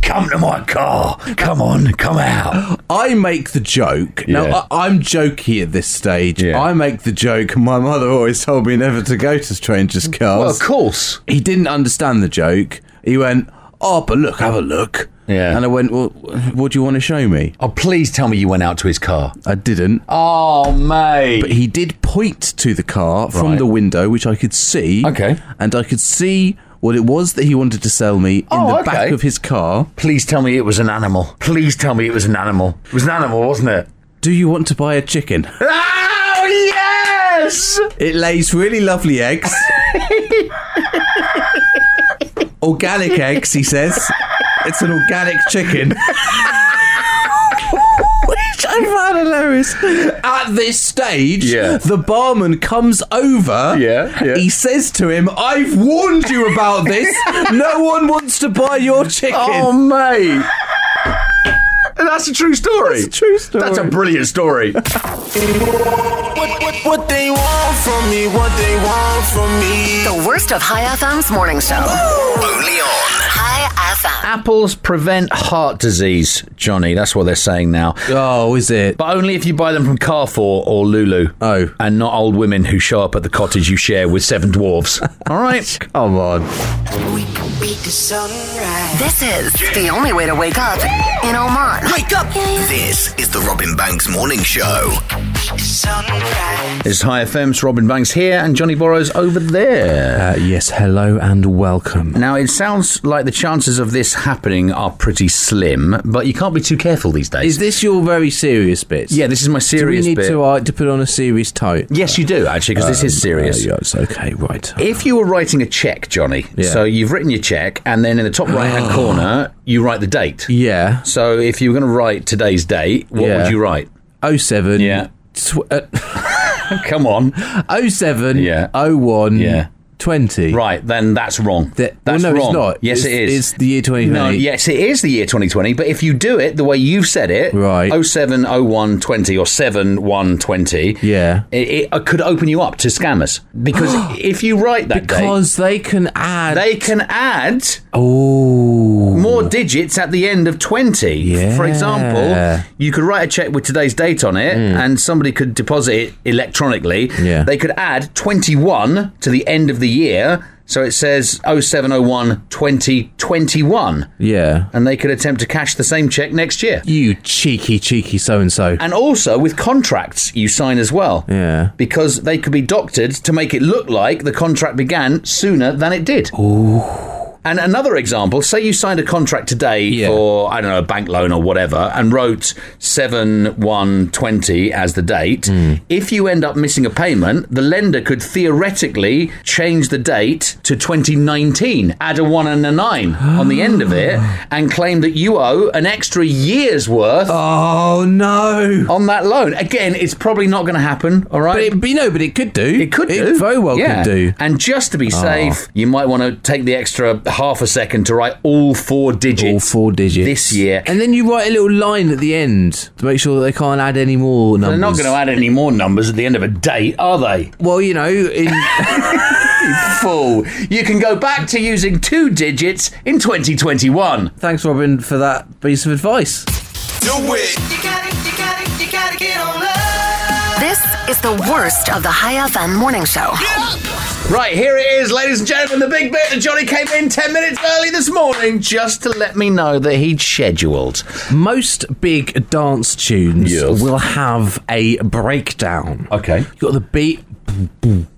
[SPEAKER 4] Come to my car. Come on. Come out.
[SPEAKER 3] I make the joke.
[SPEAKER 4] Yeah.
[SPEAKER 3] Now, I, I'm jokey at this stage.
[SPEAKER 4] Yeah.
[SPEAKER 3] I make the joke. My mother always told me never to go to strangers'
[SPEAKER 4] Well,
[SPEAKER 3] cars.
[SPEAKER 4] of course.
[SPEAKER 3] He didn't understand the joke. He went, Oh, but look, have a look.
[SPEAKER 4] Yeah.
[SPEAKER 3] And I went, Well, what do you want to show me?
[SPEAKER 4] Oh, please tell me you went out to his car.
[SPEAKER 3] I didn't.
[SPEAKER 4] Oh, mate.
[SPEAKER 3] But he did point to the car from
[SPEAKER 4] Right.
[SPEAKER 3] the window, which I could see.
[SPEAKER 4] Okay.
[SPEAKER 3] And I could see what it was that he wanted to sell me in
[SPEAKER 4] Oh,
[SPEAKER 3] the
[SPEAKER 4] okay.
[SPEAKER 3] back of his car.
[SPEAKER 4] Please tell me it was an animal. Please tell me it was an animal. It was an animal, wasn't it?
[SPEAKER 3] Do you want to buy a chicken?
[SPEAKER 4] Oh, yes!
[SPEAKER 3] It lays really lovely eggs. organic eggs, he says. It's an organic chicken. Which I found hilarious. At this stage,
[SPEAKER 4] Yeah.
[SPEAKER 3] the barman comes over.
[SPEAKER 4] Yeah, yeah.
[SPEAKER 3] He says to him, I've warned you about this. no one wants to buy your chicken.
[SPEAKER 4] Oh, mate. That's a true story.
[SPEAKER 3] It's a true story.
[SPEAKER 4] That's a brilliant story.
[SPEAKER 10] What they want from me, what they want from me.
[SPEAKER 2] The worst of High FM's morning show.
[SPEAKER 5] Only on
[SPEAKER 2] High FM.
[SPEAKER 4] Apples prevent heart disease, Johnny. That's what they're saying now.
[SPEAKER 3] Oh, is it?
[SPEAKER 4] But only if you buy them from Carrefour or Lulu.
[SPEAKER 3] Oh.
[SPEAKER 4] And not old women who show up at the cottage you share with seven dwarves. All right.
[SPEAKER 3] Come on.
[SPEAKER 2] This is the only way to wake up in Oman.
[SPEAKER 5] Wake Up. This is the Robin Banks Morning Show.
[SPEAKER 4] It's High FM's Robin Banks here and Johnny Borrows over there.
[SPEAKER 3] Uh, yes, hello and welcome.
[SPEAKER 4] Now, it sounds like the chances of this happening are pretty slim, but you can't be too careful these days.
[SPEAKER 3] Is this your very serious bit?
[SPEAKER 4] yeah, this is my
[SPEAKER 3] Do we
[SPEAKER 4] serious
[SPEAKER 3] need
[SPEAKER 4] bit.
[SPEAKER 3] to uh, to put on a serious tone?
[SPEAKER 4] yes, you do, actually, because this is serious.
[SPEAKER 3] Uh, yeah, it's okay, right.
[SPEAKER 4] If you were writing a check, Johnny,
[SPEAKER 3] Yeah.
[SPEAKER 4] so you've written your check, and then in the top right hand corner, you write the date.
[SPEAKER 3] Yeah.
[SPEAKER 4] So if you were going to write today's date, what
[SPEAKER 3] Yeah.
[SPEAKER 4] would you write?
[SPEAKER 3] 07.
[SPEAKER 4] Yeah.
[SPEAKER 3] Tw- uh,
[SPEAKER 4] Come on.
[SPEAKER 3] 07.
[SPEAKER 4] Yeah.
[SPEAKER 3] 01.
[SPEAKER 4] Yeah.
[SPEAKER 3] 20.
[SPEAKER 4] Right, then that's wrong.
[SPEAKER 3] That-
[SPEAKER 4] that's
[SPEAKER 3] well, no,
[SPEAKER 4] wrong.
[SPEAKER 3] it's not.
[SPEAKER 4] Yes,
[SPEAKER 3] it's,
[SPEAKER 4] it is.
[SPEAKER 3] It's the year 2020.
[SPEAKER 4] No, yes, it is the year 2020, but if you do it the way you've said it,
[SPEAKER 3] Right.
[SPEAKER 4] 07, 01, 20 or 7, 1, 20,
[SPEAKER 3] Yeah.
[SPEAKER 4] it, it could open you up to scammers. Because if you write that date,
[SPEAKER 3] Because they can add.
[SPEAKER 4] they can add
[SPEAKER 3] oh.
[SPEAKER 4] more digits at the end of 20.
[SPEAKER 3] Yeah.
[SPEAKER 4] For example, you could write a check with today's date on it and somebody could deposit it electronically.
[SPEAKER 3] Yeah.
[SPEAKER 4] They could add 21 to the end of the year. So it says 0701 2021
[SPEAKER 3] Yeah.
[SPEAKER 4] and they could attempt to cash the same check next year.
[SPEAKER 3] You cheeky, cheeky so and so.
[SPEAKER 4] And also with contracts you sign as well.
[SPEAKER 3] Yeah.
[SPEAKER 4] Because they could be doctored to make it look like the contract began sooner than it did. Ooh. And another example, say you signed a contract today
[SPEAKER 3] Yeah.
[SPEAKER 4] for, I don't know, a bank loan or whatever, and wrote 7 1 20 as the date.
[SPEAKER 3] Hmm.
[SPEAKER 4] If you end up missing a payment, the lender could theoretically change the date to 2019, add a 1 and a 9 on the end of it, and claim that you owe an extra year's worth
[SPEAKER 3] Oh, no.
[SPEAKER 4] on that loan. Again, it's probably not going to happen, all right?
[SPEAKER 3] But it, but you know, but it could do.
[SPEAKER 4] It could
[SPEAKER 3] It
[SPEAKER 4] do.
[SPEAKER 3] very well
[SPEAKER 4] Yeah.
[SPEAKER 3] could do. Oh.
[SPEAKER 4] And just to be safe, you might want to take the extra half a second to write all four digits.
[SPEAKER 3] All four digits.
[SPEAKER 4] This year.
[SPEAKER 3] And then you write a little line at the end to make sure that they can't add any more numbers.
[SPEAKER 4] They're not going to add any more numbers at the end of a date, are they?
[SPEAKER 3] Well, you know, in,
[SPEAKER 4] Fool. You can go back to using two digits in 2021.
[SPEAKER 3] thanks, Robin, for that piece of advice.
[SPEAKER 10] Do it. You gotta, you gotta, you gotta get on love.
[SPEAKER 2] This is the worst of the High FM morning show.
[SPEAKER 4] Right, here it is, ladies and gentlemen, the big bit that Johnny came in 10 minutes early this morning just to let me know that he'd scheduled.
[SPEAKER 3] Most big dance tunes
[SPEAKER 4] Yes.
[SPEAKER 3] will have a breakdown.
[SPEAKER 4] Okay.
[SPEAKER 3] You've got the beat,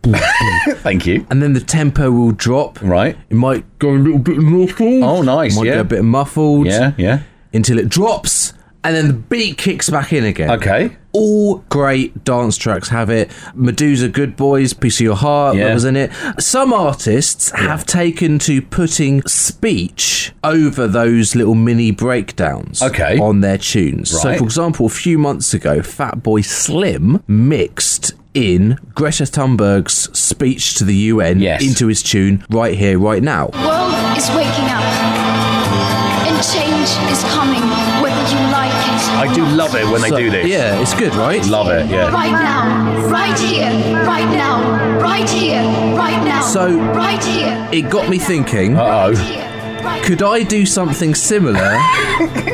[SPEAKER 4] Thank you.
[SPEAKER 3] and then the tempo will drop.
[SPEAKER 4] Right.
[SPEAKER 3] It might go a little bit muffled.
[SPEAKER 4] Oh, nice,
[SPEAKER 3] Might
[SPEAKER 4] yeah.
[SPEAKER 3] go a bit muffled
[SPEAKER 4] Yeah, yeah.
[SPEAKER 3] until it drops. and then the beat kicks back in again.
[SPEAKER 4] Okay.
[SPEAKER 3] All great dance tracks have it. Medusa, Good Boys, Piece of Your Heart,
[SPEAKER 4] Yeah.
[SPEAKER 3] that was in it. Some artists have taken to putting speech over those little mini breakdowns
[SPEAKER 4] Okay.
[SPEAKER 3] on their tunes.
[SPEAKER 4] Right.
[SPEAKER 3] So, for example, a few months ago, Fatboy Slim mixed in Greta Thunberg's speech to the UN
[SPEAKER 4] Yes.
[SPEAKER 3] into his tune Right Here, Right Now.
[SPEAKER 11] world is waking up. And change is coming, whether you like it.
[SPEAKER 4] I do love it when they
[SPEAKER 3] So-
[SPEAKER 4] do this.
[SPEAKER 3] Yeah, it's good, right?
[SPEAKER 4] Love it, yeah.
[SPEAKER 11] Right now, right here, right now, right here, right now.
[SPEAKER 3] So-
[SPEAKER 11] right here.
[SPEAKER 3] It got me thinking.
[SPEAKER 4] Uh
[SPEAKER 11] right
[SPEAKER 4] oh.
[SPEAKER 11] here, right
[SPEAKER 3] Could I do something similar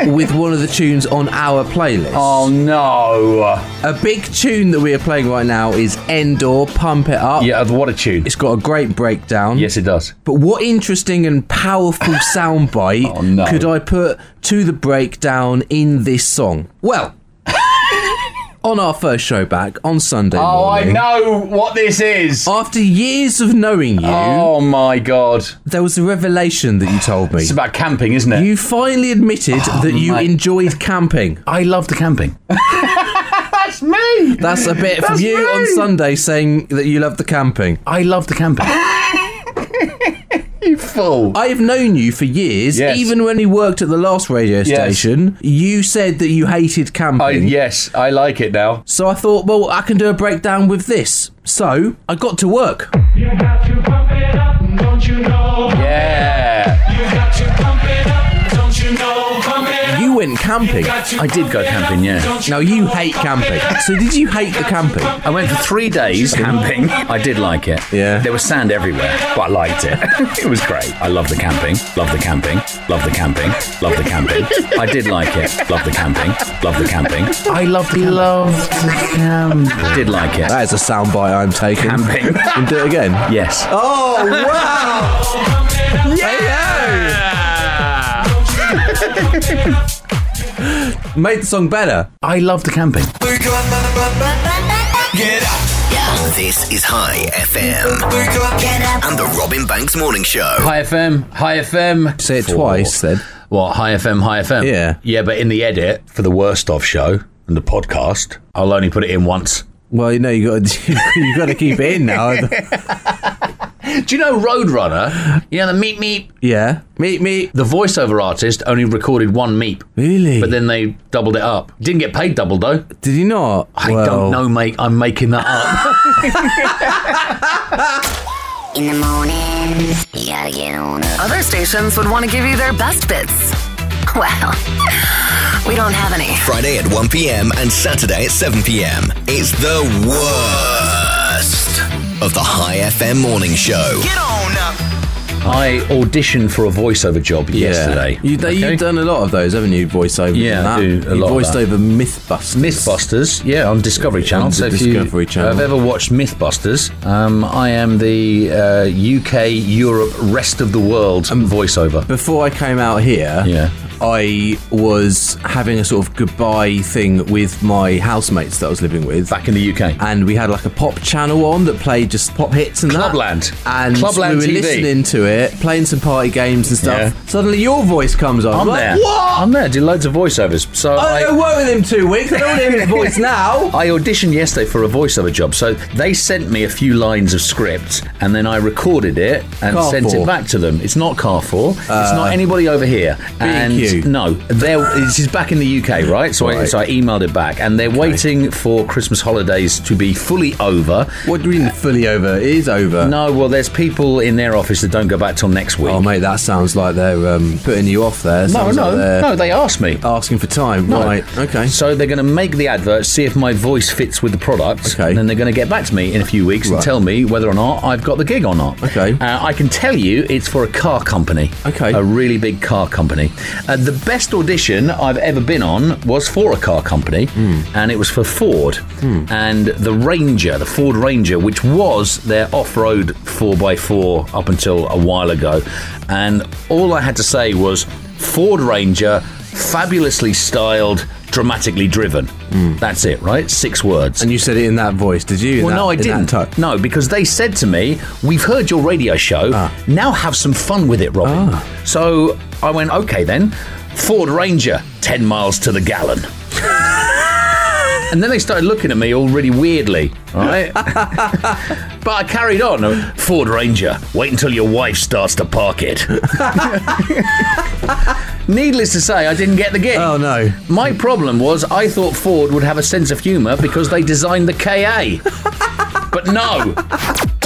[SPEAKER 3] with one of the tunes on our playlist?
[SPEAKER 4] Oh no.
[SPEAKER 3] A big tune that we are playing right now is Endor Pump It Up.
[SPEAKER 4] Yeah, uh, what a tune.
[SPEAKER 3] It's got a great breakdown.
[SPEAKER 4] Yes, it does.
[SPEAKER 3] But what interesting and powerful soundbite
[SPEAKER 4] Oh, no.
[SPEAKER 3] could I put to the breakdown in this song? Well, on our first show back on Sunday
[SPEAKER 4] Oh, I
[SPEAKER 3] morning,
[SPEAKER 4] know what this is.
[SPEAKER 3] after years of knowing you,
[SPEAKER 4] Oh my god.
[SPEAKER 3] there was a revelation that you told me.
[SPEAKER 4] It's about camping, isn't it?
[SPEAKER 3] You finally admitted
[SPEAKER 4] Oh,
[SPEAKER 3] that you
[SPEAKER 4] mate.
[SPEAKER 3] enjoyed camping.
[SPEAKER 4] I love the camping. That's me.
[SPEAKER 3] That's a bit from
[SPEAKER 4] That's
[SPEAKER 3] you
[SPEAKER 4] me.
[SPEAKER 3] on Sunday saying that you love the camping.
[SPEAKER 4] I love the camping. you fool.
[SPEAKER 3] I have known you for years,
[SPEAKER 4] Yes.
[SPEAKER 3] even when you worked at the last radio
[SPEAKER 4] Yes. Oh,
[SPEAKER 3] station. You said that you hated camping.
[SPEAKER 4] I, yes, I like it now.
[SPEAKER 3] So I thought, well, I can do a breakdown with this. So I got to work.
[SPEAKER 12] You got to pump it up, don't you know?
[SPEAKER 4] Yeah.
[SPEAKER 12] You got to pump it up, don't you know? Pump it up.
[SPEAKER 3] You went camping.
[SPEAKER 12] Got to
[SPEAKER 4] I did go
[SPEAKER 12] pump it up,
[SPEAKER 4] camping, yeah.
[SPEAKER 12] don't
[SPEAKER 3] Now
[SPEAKER 12] know?
[SPEAKER 3] you hate
[SPEAKER 12] Pump it
[SPEAKER 3] camping.
[SPEAKER 12] up.
[SPEAKER 3] So did you hate the camping?
[SPEAKER 4] I went for three days camping. I did like it.
[SPEAKER 3] Yeah.
[SPEAKER 4] There was sand everywhere, but I liked it. it was great. I love the camping. Love the camping. Love the camping. Love the camping. I did like it. Love the camping. Love the camping. I love the love. Did like it.
[SPEAKER 3] That is a soundbite I'm taking.
[SPEAKER 4] Camping.
[SPEAKER 3] And do it again.
[SPEAKER 4] Yes.
[SPEAKER 3] Oh wow! yeah! Made the song better.
[SPEAKER 4] I love the camping.
[SPEAKER 5] Get up. This is High FM. And the Robin Banks Morning Show.
[SPEAKER 4] Hi FM, Hi FM.
[SPEAKER 3] Say it
[SPEAKER 4] For-
[SPEAKER 3] twice then.
[SPEAKER 4] What? Hi FM, Hi FM.
[SPEAKER 3] Yeah.
[SPEAKER 4] yeah, but in the edit for the worst of show and the podcast, I'll only put it in once.
[SPEAKER 3] Well, you know you got to you got to keep it in now.
[SPEAKER 4] Do you know Roadrunner? You know the meep meep.
[SPEAKER 3] yeah, meet me.
[SPEAKER 4] The voiceover artist only recorded one meep,
[SPEAKER 3] Really?
[SPEAKER 4] but then they doubled it up. Didn't get paid double though.
[SPEAKER 3] did you not?
[SPEAKER 4] I don't know, mate. I'm making that up.
[SPEAKER 2] In the morning, you gotta get on up. Other stations would want to give you their best bits. Well, we don't have any.
[SPEAKER 5] Friday at 1 p.m. and Saturday at 7 p.m. It's the worst of the High FM Morning Show.
[SPEAKER 10] Get on up.
[SPEAKER 4] I auditioned for a voiceover job yesterday.
[SPEAKER 3] You, they,
[SPEAKER 4] okay?
[SPEAKER 3] You've done a lot of those, haven't you? Voiceovers. and
[SPEAKER 4] Yeah, I
[SPEAKER 3] that.
[SPEAKER 4] do a
[SPEAKER 3] you
[SPEAKER 4] lot of
[SPEAKER 3] voiced
[SPEAKER 4] that.
[SPEAKER 3] over Mythbusters.
[SPEAKER 4] Mythbusters, yeah, on Discovery Channel.
[SPEAKER 3] On the
[SPEAKER 4] so if you
[SPEAKER 3] Discovery Channel.
[SPEAKER 4] have ever watched Mythbusters, um, I am the uh, UK, Europe, rest of the world
[SPEAKER 3] Um,
[SPEAKER 4] voiceover.
[SPEAKER 3] Before I came out here,
[SPEAKER 4] Yeah.
[SPEAKER 3] I was having a sort of goodbye thing with my housemates that I was living with.
[SPEAKER 4] Back in the UK.
[SPEAKER 3] and we had like a pop channel on that played just pop hits and
[SPEAKER 4] Clubland.
[SPEAKER 3] that. And
[SPEAKER 4] Clubland
[SPEAKER 3] we were
[SPEAKER 4] TV.
[SPEAKER 3] listening to it, playing some party games and stuff.
[SPEAKER 4] Yeah.
[SPEAKER 3] Suddenly your voice comes on.
[SPEAKER 4] I'm
[SPEAKER 3] like,
[SPEAKER 4] there.
[SPEAKER 3] What?
[SPEAKER 4] I'm there. I do loads of voiceovers. So
[SPEAKER 3] I
[SPEAKER 4] I,
[SPEAKER 3] don't work with him two weeks. I don't want to hear his voice now.
[SPEAKER 4] I auditioned yesterday for a voiceover job, so they sent me a few lines of script, and then I recorded it and
[SPEAKER 3] Carrefour.
[SPEAKER 4] sent it back to them. It's not Carrefour. it's
[SPEAKER 3] Uh,
[SPEAKER 4] not anybody over here.
[SPEAKER 3] E B&Q.
[SPEAKER 4] And no, they're, this is back in the UK, right? So, I,
[SPEAKER 3] Right.
[SPEAKER 4] so I emailed it back, and they're waiting for Christmas holidays to be fully over.
[SPEAKER 3] What do you mean fully over? It is over.
[SPEAKER 4] No, well, there's people in their office that don't go back till next week.
[SPEAKER 3] Oh mate, that sounds like they're um, putting you off there.
[SPEAKER 4] no,
[SPEAKER 3] Sounds like
[SPEAKER 4] no,
[SPEAKER 3] they're
[SPEAKER 4] no. They asked me.
[SPEAKER 3] Asking for time.
[SPEAKER 4] No.
[SPEAKER 3] Right. Okay.
[SPEAKER 4] So they're going to make the advert, see if my voice fits with the product,
[SPEAKER 3] Okay.
[SPEAKER 4] and then they're going to get back to me in a few weeks and
[SPEAKER 3] Right.
[SPEAKER 4] tell me whether or not I've got the gig or not.
[SPEAKER 3] Okay.
[SPEAKER 4] Uh, I can tell you it's for a car company.
[SPEAKER 3] Okay.
[SPEAKER 4] A really big car company. Uh, the best audition I've ever been on was for a car company, and it was for Ford. And the Ranger, the Ford Ranger, which was their off road 4x4 up until a while ago. And all I had to say was Ford Ranger, fabulously styled, dramatically driven. That's it, right? Six words.
[SPEAKER 3] and you said it in that voice, did you? In
[SPEAKER 4] Well,
[SPEAKER 3] that-
[SPEAKER 4] no, I
[SPEAKER 3] in that
[SPEAKER 4] didn't.
[SPEAKER 3] tone?
[SPEAKER 4] No, because they said to me, "We've heard
[SPEAKER 3] Ah.
[SPEAKER 4] your radio show. Now have some fun with it, Robin." So I went, "Okay, then." Ford Ranger, 10 miles to the gallon. and then they started looking at me all really weirdly, right? but I carried on. Ford Ranger, wait until your wife starts to park it. Needless to say, I didn't get the gig. Oh
[SPEAKER 3] no.
[SPEAKER 4] My problem was I thought Ford would have a sense of humour because they designed the KA. but no.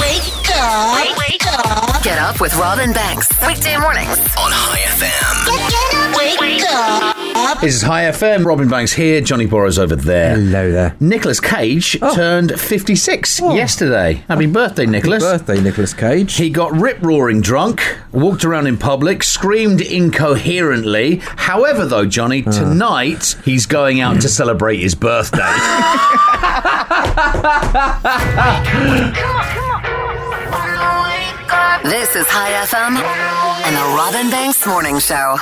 [SPEAKER 2] Wake up. Wake up. Get up with Robin Banks. Weekday mornings. On High FM. Wake up.
[SPEAKER 4] This is High FM. Robin Banks here. Johnny Borrows over there. Hello there. Nicholas Cage turned 56 yesterday. Happy birthday, Nicholas.
[SPEAKER 3] birthday, Nicholas Cage.
[SPEAKER 4] He got rip roaring drunk, walked around in public, screamed incoherently. However, though, Johnny, tonight he's going out to celebrate his birthday.
[SPEAKER 2] This is High FM and the Robin Banks Morning Show.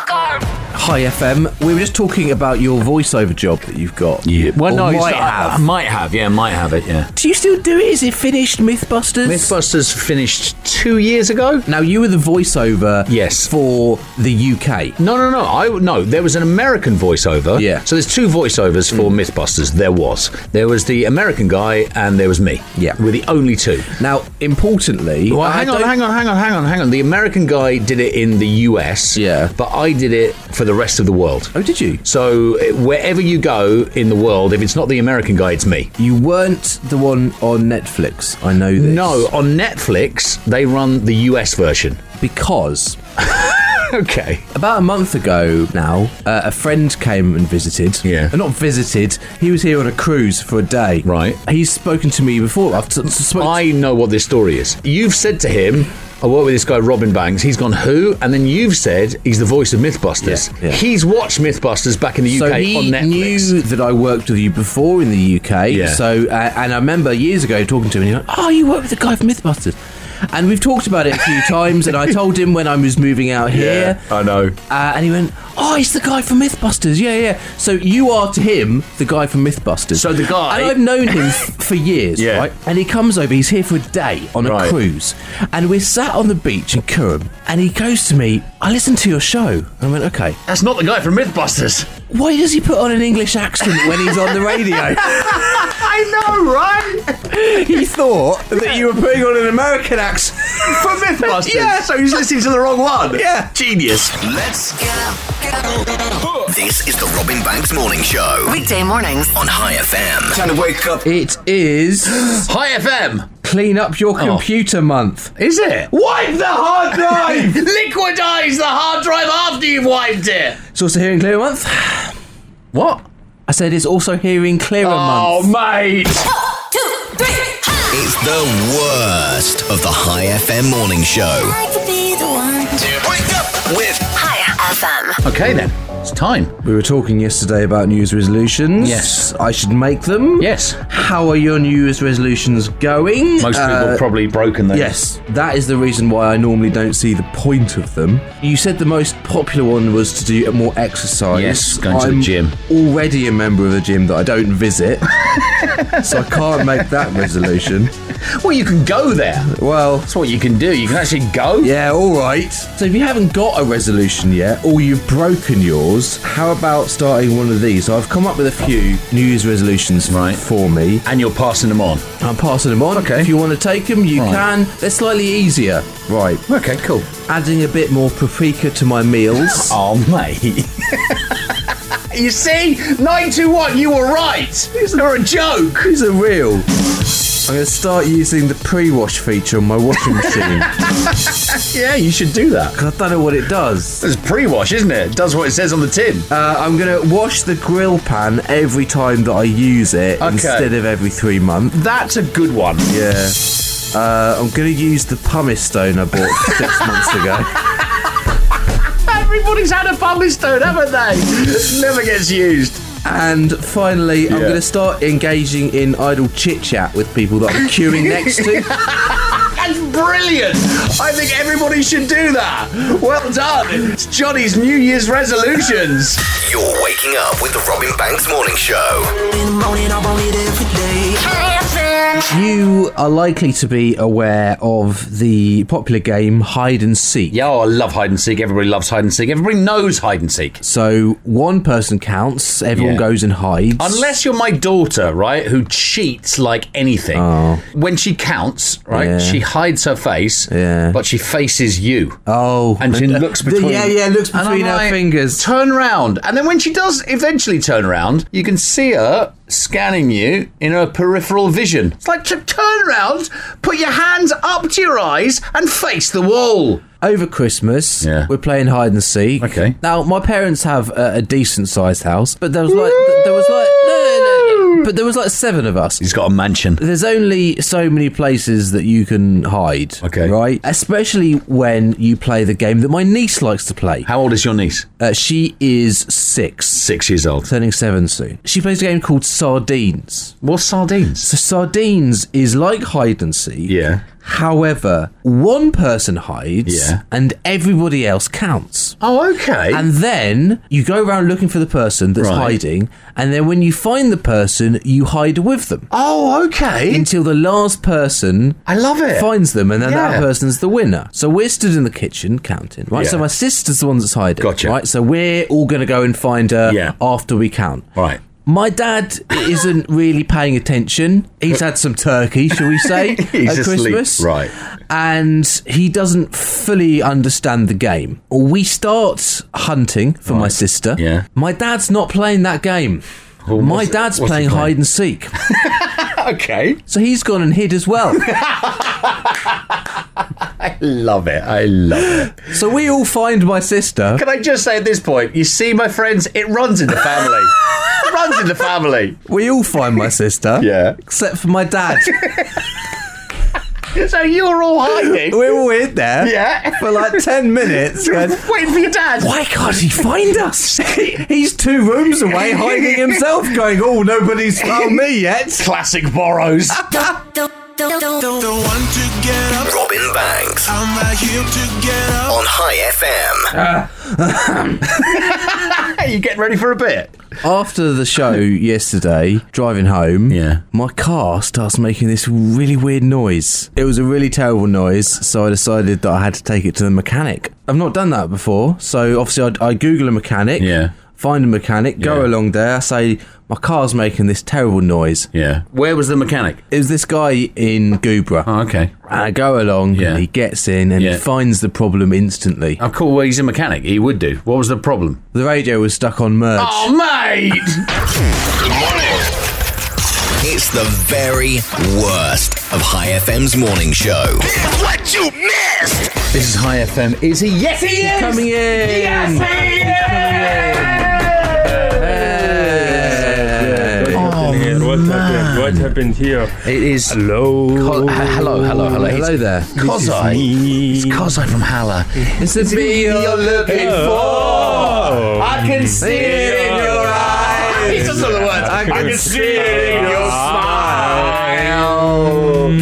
[SPEAKER 3] Hi FM. We were just talking about your voiceover job that you've got.
[SPEAKER 4] Yeah. Well,
[SPEAKER 3] Or
[SPEAKER 4] no, it's
[SPEAKER 3] might
[SPEAKER 4] not-
[SPEAKER 3] have.
[SPEAKER 4] Might have, yeah, might have it, yeah.
[SPEAKER 3] Do you still do it? Is it finished, MythBusters?
[SPEAKER 4] MythBusters finished two years ago.
[SPEAKER 3] Now you were the voiceover.
[SPEAKER 4] Yes.
[SPEAKER 3] For the UK.
[SPEAKER 4] No, no, no. I no. There was an American voiceover.
[SPEAKER 3] Yeah.
[SPEAKER 4] So there's two voiceovers for MythBusters. There was. There was the American guy, and there was me.
[SPEAKER 3] Yeah.
[SPEAKER 4] We're the only two.
[SPEAKER 3] Now, importantly,
[SPEAKER 4] Well,
[SPEAKER 3] I
[SPEAKER 4] hang on,
[SPEAKER 3] don't-
[SPEAKER 4] hang on, hang on, hang on, hang on. The American guy did it in the US.
[SPEAKER 3] Yeah.
[SPEAKER 4] But I did it for the rest of the world.
[SPEAKER 3] Oh, did you?
[SPEAKER 4] So eh, wherever you go in the world, if it's not the American guy, it's me.
[SPEAKER 3] You weren't the one on Netflix. I know this.
[SPEAKER 4] No, on Netflix they run the US version.
[SPEAKER 3] because
[SPEAKER 4] Okay.
[SPEAKER 3] about a month ago now, uh, a friend came and visited.
[SPEAKER 4] Yeah.
[SPEAKER 3] Uh, not visited. He was here on a cruise for a day.
[SPEAKER 4] Right.
[SPEAKER 3] He's spoken to me before. I've t- t- spoken.
[SPEAKER 4] I know what this story is. You've said to him, I work with this guy, Robin Banks. He's gone, who? And then you've said, he's the voice of Mythbusters.
[SPEAKER 3] Yeah, yeah.
[SPEAKER 4] He's watched Mythbusters back in the
[SPEAKER 3] so
[SPEAKER 4] UK
[SPEAKER 3] he
[SPEAKER 4] on Netflix.
[SPEAKER 3] knew that I worked with you before in the UK.
[SPEAKER 4] Yeah.
[SPEAKER 3] So, uh, and I remember years ago talking to him, and he's like, "Oh, you work with the guy from MythBusters," and we've talked about it a few times. And I told him when I was moving out here,
[SPEAKER 4] I know.
[SPEAKER 3] uh, and he went, "Oh, he's the guy from MythBusters." Yeah, yeah. So you are to him the guy from MythBusters.
[SPEAKER 4] So the guy-
[SPEAKER 3] and I've known him f- for years,
[SPEAKER 4] Yeah.
[SPEAKER 3] right? And he comes over. He's here for a day on a
[SPEAKER 4] Right.
[SPEAKER 3] cruise, and we're sat on the beach in Curram, and he goes to me, "I listened to your show," and I went, "Okay."
[SPEAKER 4] That's not the guy from Mythbusters.
[SPEAKER 3] Why does he put on an English accent when he's on the radio?
[SPEAKER 4] I know, right?
[SPEAKER 3] he thought that you were putting on an American accent for
[SPEAKER 4] Mythbusters. so he's listening to the wrong one.
[SPEAKER 3] Yeah.
[SPEAKER 4] Genius.
[SPEAKER 5] Let's get up. This is the Robin Banks Morning Show
[SPEAKER 2] Weekday mornings.
[SPEAKER 5] on High FM.
[SPEAKER 8] Time to wake up.
[SPEAKER 3] It is
[SPEAKER 4] Hi, FM.
[SPEAKER 3] Clean Up Your Computer Month.
[SPEAKER 4] Oh. Is it?
[SPEAKER 3] Wipe the hard drive!
[SPEAKER 4] Liquidize the hard drive after you've wiped it.
[SPEAKER 3] it's also Hearing Clearer Month.
[SPEAKER 4] What?
[SPEAKER 3] I said it's also Hearing Clearer
[SPEAKER 4] Oh,
[SPEAKER 3] Month.
[SPEAKER 4] mate.
[SPEAKER 5] It's the worst of the High FM Morning Show.
[SPEAKER 9] I could be the one.
[SPEAKER 5] Wake up with
[SPEAKER 2] High FM.
[SPEAKER 4] Okay, then. It's time.
[SPEAKER 3] We were talking yesterday about New Year's resolutions.
[SPEAKER 4] Yes.
[SPEAKER 3] I should make them.
[SPEAKER 4] Yes.
[SPEAKER 3] How are your New Year's resolutions going?
[SPEAKER 4] Most
[SPEAKER 3] Uh,
[SPEAKER 4] people probably broken those.
[SPEAKER 3] Yes, that is the reason why I normally don't see the point of them. You said the most popular one was to do more exercise.
[SPEAKER 4] Yes, going to the
[SPEAKER 3] I'm
[SPEAKER 4] gym.
[SPEAKER 3] Already a member of a gym that I don't visit, so I can't make that resolution.
[SPEAKER 4] Well, you can go there.
[SPEAKER 3] Well,
[SPEAKER 4] That's what you can do. You can actually go.
[SPEAKER 3] yeah, all right. So if you haven't got a resolution yet, or you've broken yours, how about starting one of these? So I've come up with a few New Year's resolutions
[SPEAKER 4] Right.
[SPEAKER 3] for me.
[SPEAKER 4] And you're passing them on.
[SPEAKER 3] I'm passing them on.
[SPEAKER 4] Okay.
[SPEAKER 3] If you want to take them, you
[SPEAKER 4] Right.
[SPEAKER 3] can. They're slightly easier. Right.
[SPEAKER 4] Okay, cool.
[SPEAKER 3] adding a bit more paprika to my meals.
[SPEAKER 4] Oh, mate. you see? 921, you were right. It's not a joke.
[SPEAKER 3] These are real. I'm going to start using the pre-wash feature on my washing machine.
[SPEAKER 4] Yeah, you should do that.
[SPEAKER 3] 'Cause I don't know what it does.
[SPEAKER 4] It's pre wash, isn't it? It does what it says on the tin.
[SPEAKER 3] Uh, I'm going to wash the grill pan every time that I use it
[SPEAKER 4] Okay.
[SPEAKER 3] instead of every three months.
[SPEAKER 4] That's a good one.
[SPEAKER 3] Yeah. Uh, I'm going to use the pumice stone I bought six months ago.
[SPEAKER 4] Everybody's had a pumice stone, haven't they? Never gets used.
[SPEAKER 3] And finally, I'm
[SPEAKER 4] Yeah.
[SPEAKER 3] going to start engaging in idle chit chat with people that I'm queuing next to.
[SPEAKER 4] That's brilliant. I think everybody should do that. Well done. It's Johnny's New Year's resolutions.
[SPEAKER 5] You're waking up with the Robin Banks Morning Show.
[SPEAKER 10] Morning, I want it every day.
[SPEAKER 2] High FM.
[SPEAKER 3] You are likely to be aware of the popular game hide and seek.
[SPEAKER 4] Yeah, oh, I love hide and seek. Everybody loves hide and seek. Everybody knows hide and seek.
[SPEAKER 3] So one person counts, everyone
[SPEAKER 4] Yeah.
[SPEAKER 3] goes and hides.
[SPEAKER 4] Unless you're my daughter, right, who cheats like anything. When she counts, right,
[SPEAKER 3] Oh. Yeah.
[SPEAKER 4] she hides her face,
[SPEAKER 3] Yeah.
[SPEAKER 4] but she faces you.
[SPEAKER 3] Oh,
[SPEAKER 4] And she looks between.
[SPEAKER 3] Yeah, yeah, looks
[SPEAKER 4] And I'm
[SPEAKER 3] between her
[SPEAKER 4] like,
[SPEAKER 3] fingers.
[SPEAKER 4] Turn round, and then when she does eventually turn round, you can see her scanning you in her peripheral vision. It's like to turn round, put your hands up to your eyes, and face the wall.
[SPEAKER 3] Over Christmas,
[SPEAKER 4] Yeah.
[SPEAKER 3] we're playing hide and seek.
[SPEAKER 4] Okay.
[SPEAKER 3] Now, my parents have a, a decent sized house, but there was like, th- there was like, no, no, no, but there was like seven of us.
[SPEAKER 4] He's got a mansion.
[SPEAKER 3] There's only so many places that you can hide.
[SPEAKER 4] Okay.
[SPEAKER 3] Right? Especially when you play the game that my niece likes to play.
[SPEAKER 4] How old is your niece?
[SPEAKER 3] Uh, she is six,
[SPEAKER 4] Six years old.
[SPEAKER 3] turning seven soon. She plays a game called Sardines.
[SPEAKER 4] What's sardines?
[SPEAKER 3] So Sardines is like hide and seek.
[SPEAKER 4] Yeah.
[SPEAKER 3] However, one person hides
[SPEAKER 4] Yeah.
[SPEAKER 3] and everybody else counts.
[SPEAKER 4] Oh, okay.
[SPEAKER 3] And then you go around looking for the person that's
[SPEAKER 4] Right.
[SPEAKER 3] hiding, and then when you find the person, you hide with them
[SPEAKER 4] oh, okay.
[SPEAKER 3] until the last person
[SPEAKER 4] I love it.
[SPEAKER 3] finds them, and then
[SPEAKER 4] Yeah.
[SPEAKER 3] that person's the winner. So we're stood in the kitchen counting, right?
[SPEAKER 4] Yeah.
[SPEAKER 3] So my sister's the one that's hiding,
[SPEAKER 4] Gotcha.
[SPEAKER 3] right? So we're all going to go and find her
[SPEAKER 4] Yeah.
[SPEAKER 3] after we count.
[SPEAKER 4] Right.
[SPEAKER 3] My dad isn't really paying attention. He's had some turkey, shall we say,
[SPEAKER 4] He's
[SPEAKER 3] at
[SPEAKER 4] asleep,
[SPEAKER 3] Christmas,
[SPEAKER 4] right.
[SPEAKER 3] And he doesn't fully understand the game. We start hunting for my sister.
[SPEAKER 4] Yeah.
[SPEAKER 3] my dad's not playing that game.
[SPEAKER 4] Well,
[SPEAKER 3] my
[SPEAKER 4] what's-
[SPEAKER 3] dad's
[SPEAKER 4] what's he
[SPEAKER 3] playing
[SPEAKER 4] playing?
[SPEAKER 3] hide and seek.
[SPEAKER 4] Okay.
[SPEAKER 3] So he's gone and hid as well.
[SPEAKER 4] I love it. I love it.
[SPEAKER 3] so we all find my sister.
[SPEAKER 4] Can I just say at this point, you see, my friends, it runs in the family. it runs in the family.
[SPEAKER 3] We all find my sister.
[SPEAKER 4] Yeah.
[SPEAKER 3] Except for my dad.
[SPEAKER 4] So you're all hiding.
[SPEAKER 3] We're all in there.
[SPEAKER 4] Yeah.
[SPEAKER 3] For like 10 minutes. going,
[SPEAKER 4] Waiting for your dad.
[SPEAKER 3] Why can't he find us? He's two rooms away hiding himself, going, Oh, nobody's found me yet.
[SPEAKER 4] Classic borrows.
[SPEAKER 9] Don't
[SPEAKER 5] one to get up. Robin Banks
[SPEAKER 9] I'm right here to get up.
[SPEAKER 5] on High FM.
[SPEAKER 4] Hey, you getting ready for a bit?
[SPEAKER 3] After the show yesterday, driving home,
[SPEAKER 4] Yeah.
[SPEAKER 3] my car starts making this really weird noise. It was a really terrible noise, so I decided that I had to take it to the mechanic. I've not done that before, so obviously I, I Google a mechanic.
[SPEAKER 4] Yeah.
[SPEAKER 3] Find a mechanic, go
[SPEAKER 4] Yeah.
[SPEAKER 3] along there, say, My car's making this terrible noise.
[SPEAKER 4] Yeah. Where was the mechanic?
[SPEAKER 3] It was this guy in Goobra.
[SPEAKER 4] Oh, okay.
[SPEAKER 3] And I go along,
[SPEAKER 4] Yeah.
[SPEAKER 3] and he gets in and
[SPEAKER 4] Yeah.
[SPEAKER 3] he finds the problem instantly.
[SPEAKER 4] Of course, Oh, well, he's a mechanic. He would do. What was the problem?
[SPEAKER 3] The radio was stuck on merge.
[SPEAKER 4] Oh, mate!
[SPEAKER 5] It's the very worst of High FM's morning show.
[SPEAKER 9] What you missed?
[SPEAKER 4] this is High FM. Is he? Yes, he is!
[SPEAKER 3] Coming in!
[SPEAKER 13] What happened here? What happened? What happened here?
[SPEAKER 4] It is.
[SPEAKER 13] Hello.
[SPEAKER 4] Col- he- hello, hello, hello.
[SPEAKER 3] Oh. Hello
[SPEAKER 4] It's
[SPEAKER 3] there.
[SPEAKER 4] Kozai.
[SPEAKER 13] Me.
[SPEAKER 4] It's Kozai from Hala.
[SPEAKER 3] It's the me uh, you're looking
[SPEAKER 13] Oh.
[SPEAKER 4] I can see it in your eyes. He does all the words. I can see it in your smile.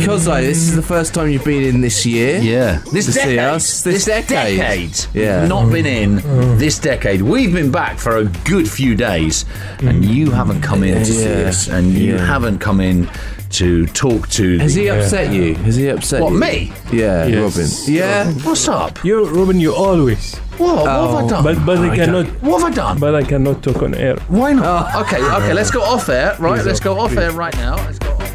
[SPEAKER 3] Kozai, this is the first time you've been in this year.
[SPEAKER 4] Yeah, this
[SPEAKER 3] To see
[SPEAKER 4] decade,
[SPEAKER 3] us, this decade. Yeah.
[SPEAKER 4] yeah, not been in this decade. We've been back for a good few days, and you haven't come in to see
[SPEAKER 3] Yeah.
[SPEAKER 4] us, and you
[SPEAKER 3] Yeah.
[SPEAKER 4] haven't come in to talk to.
[SPEAKER 3] Has
[SPEAKER 4] the-
[SPEAKER 3] he upset you? Has he upset
[SPEAKER 4] What,
[SPEAKER 3] you?
[SPEAKER 4] me?
[SPEAKER 3] Yeah,
[SPEAKER 13] Yes.
[SPEAKER 3] Robin. Yeah.
[SPEAKER 4] What's up?
[SPEAKER 13] You, Robin, you always.
[SPEAKER 4] What, what have I done?
[SPEAKER 13] But but I cannot.
[SPEAKER 4] what have I done?
[SPEAKER 13] But I cannot talk on air.
[SPEAKER 4] Why not? Oh, Okay, okay, let's go off air, right?
[SPEAKER 13] Please
[SPEAKER 4] let's
[SPEAKER 13] off,
[SPEAKER 4] go off
[SPEAKER 13] please.
[SPEAKER 4] air right now. Let's go off air.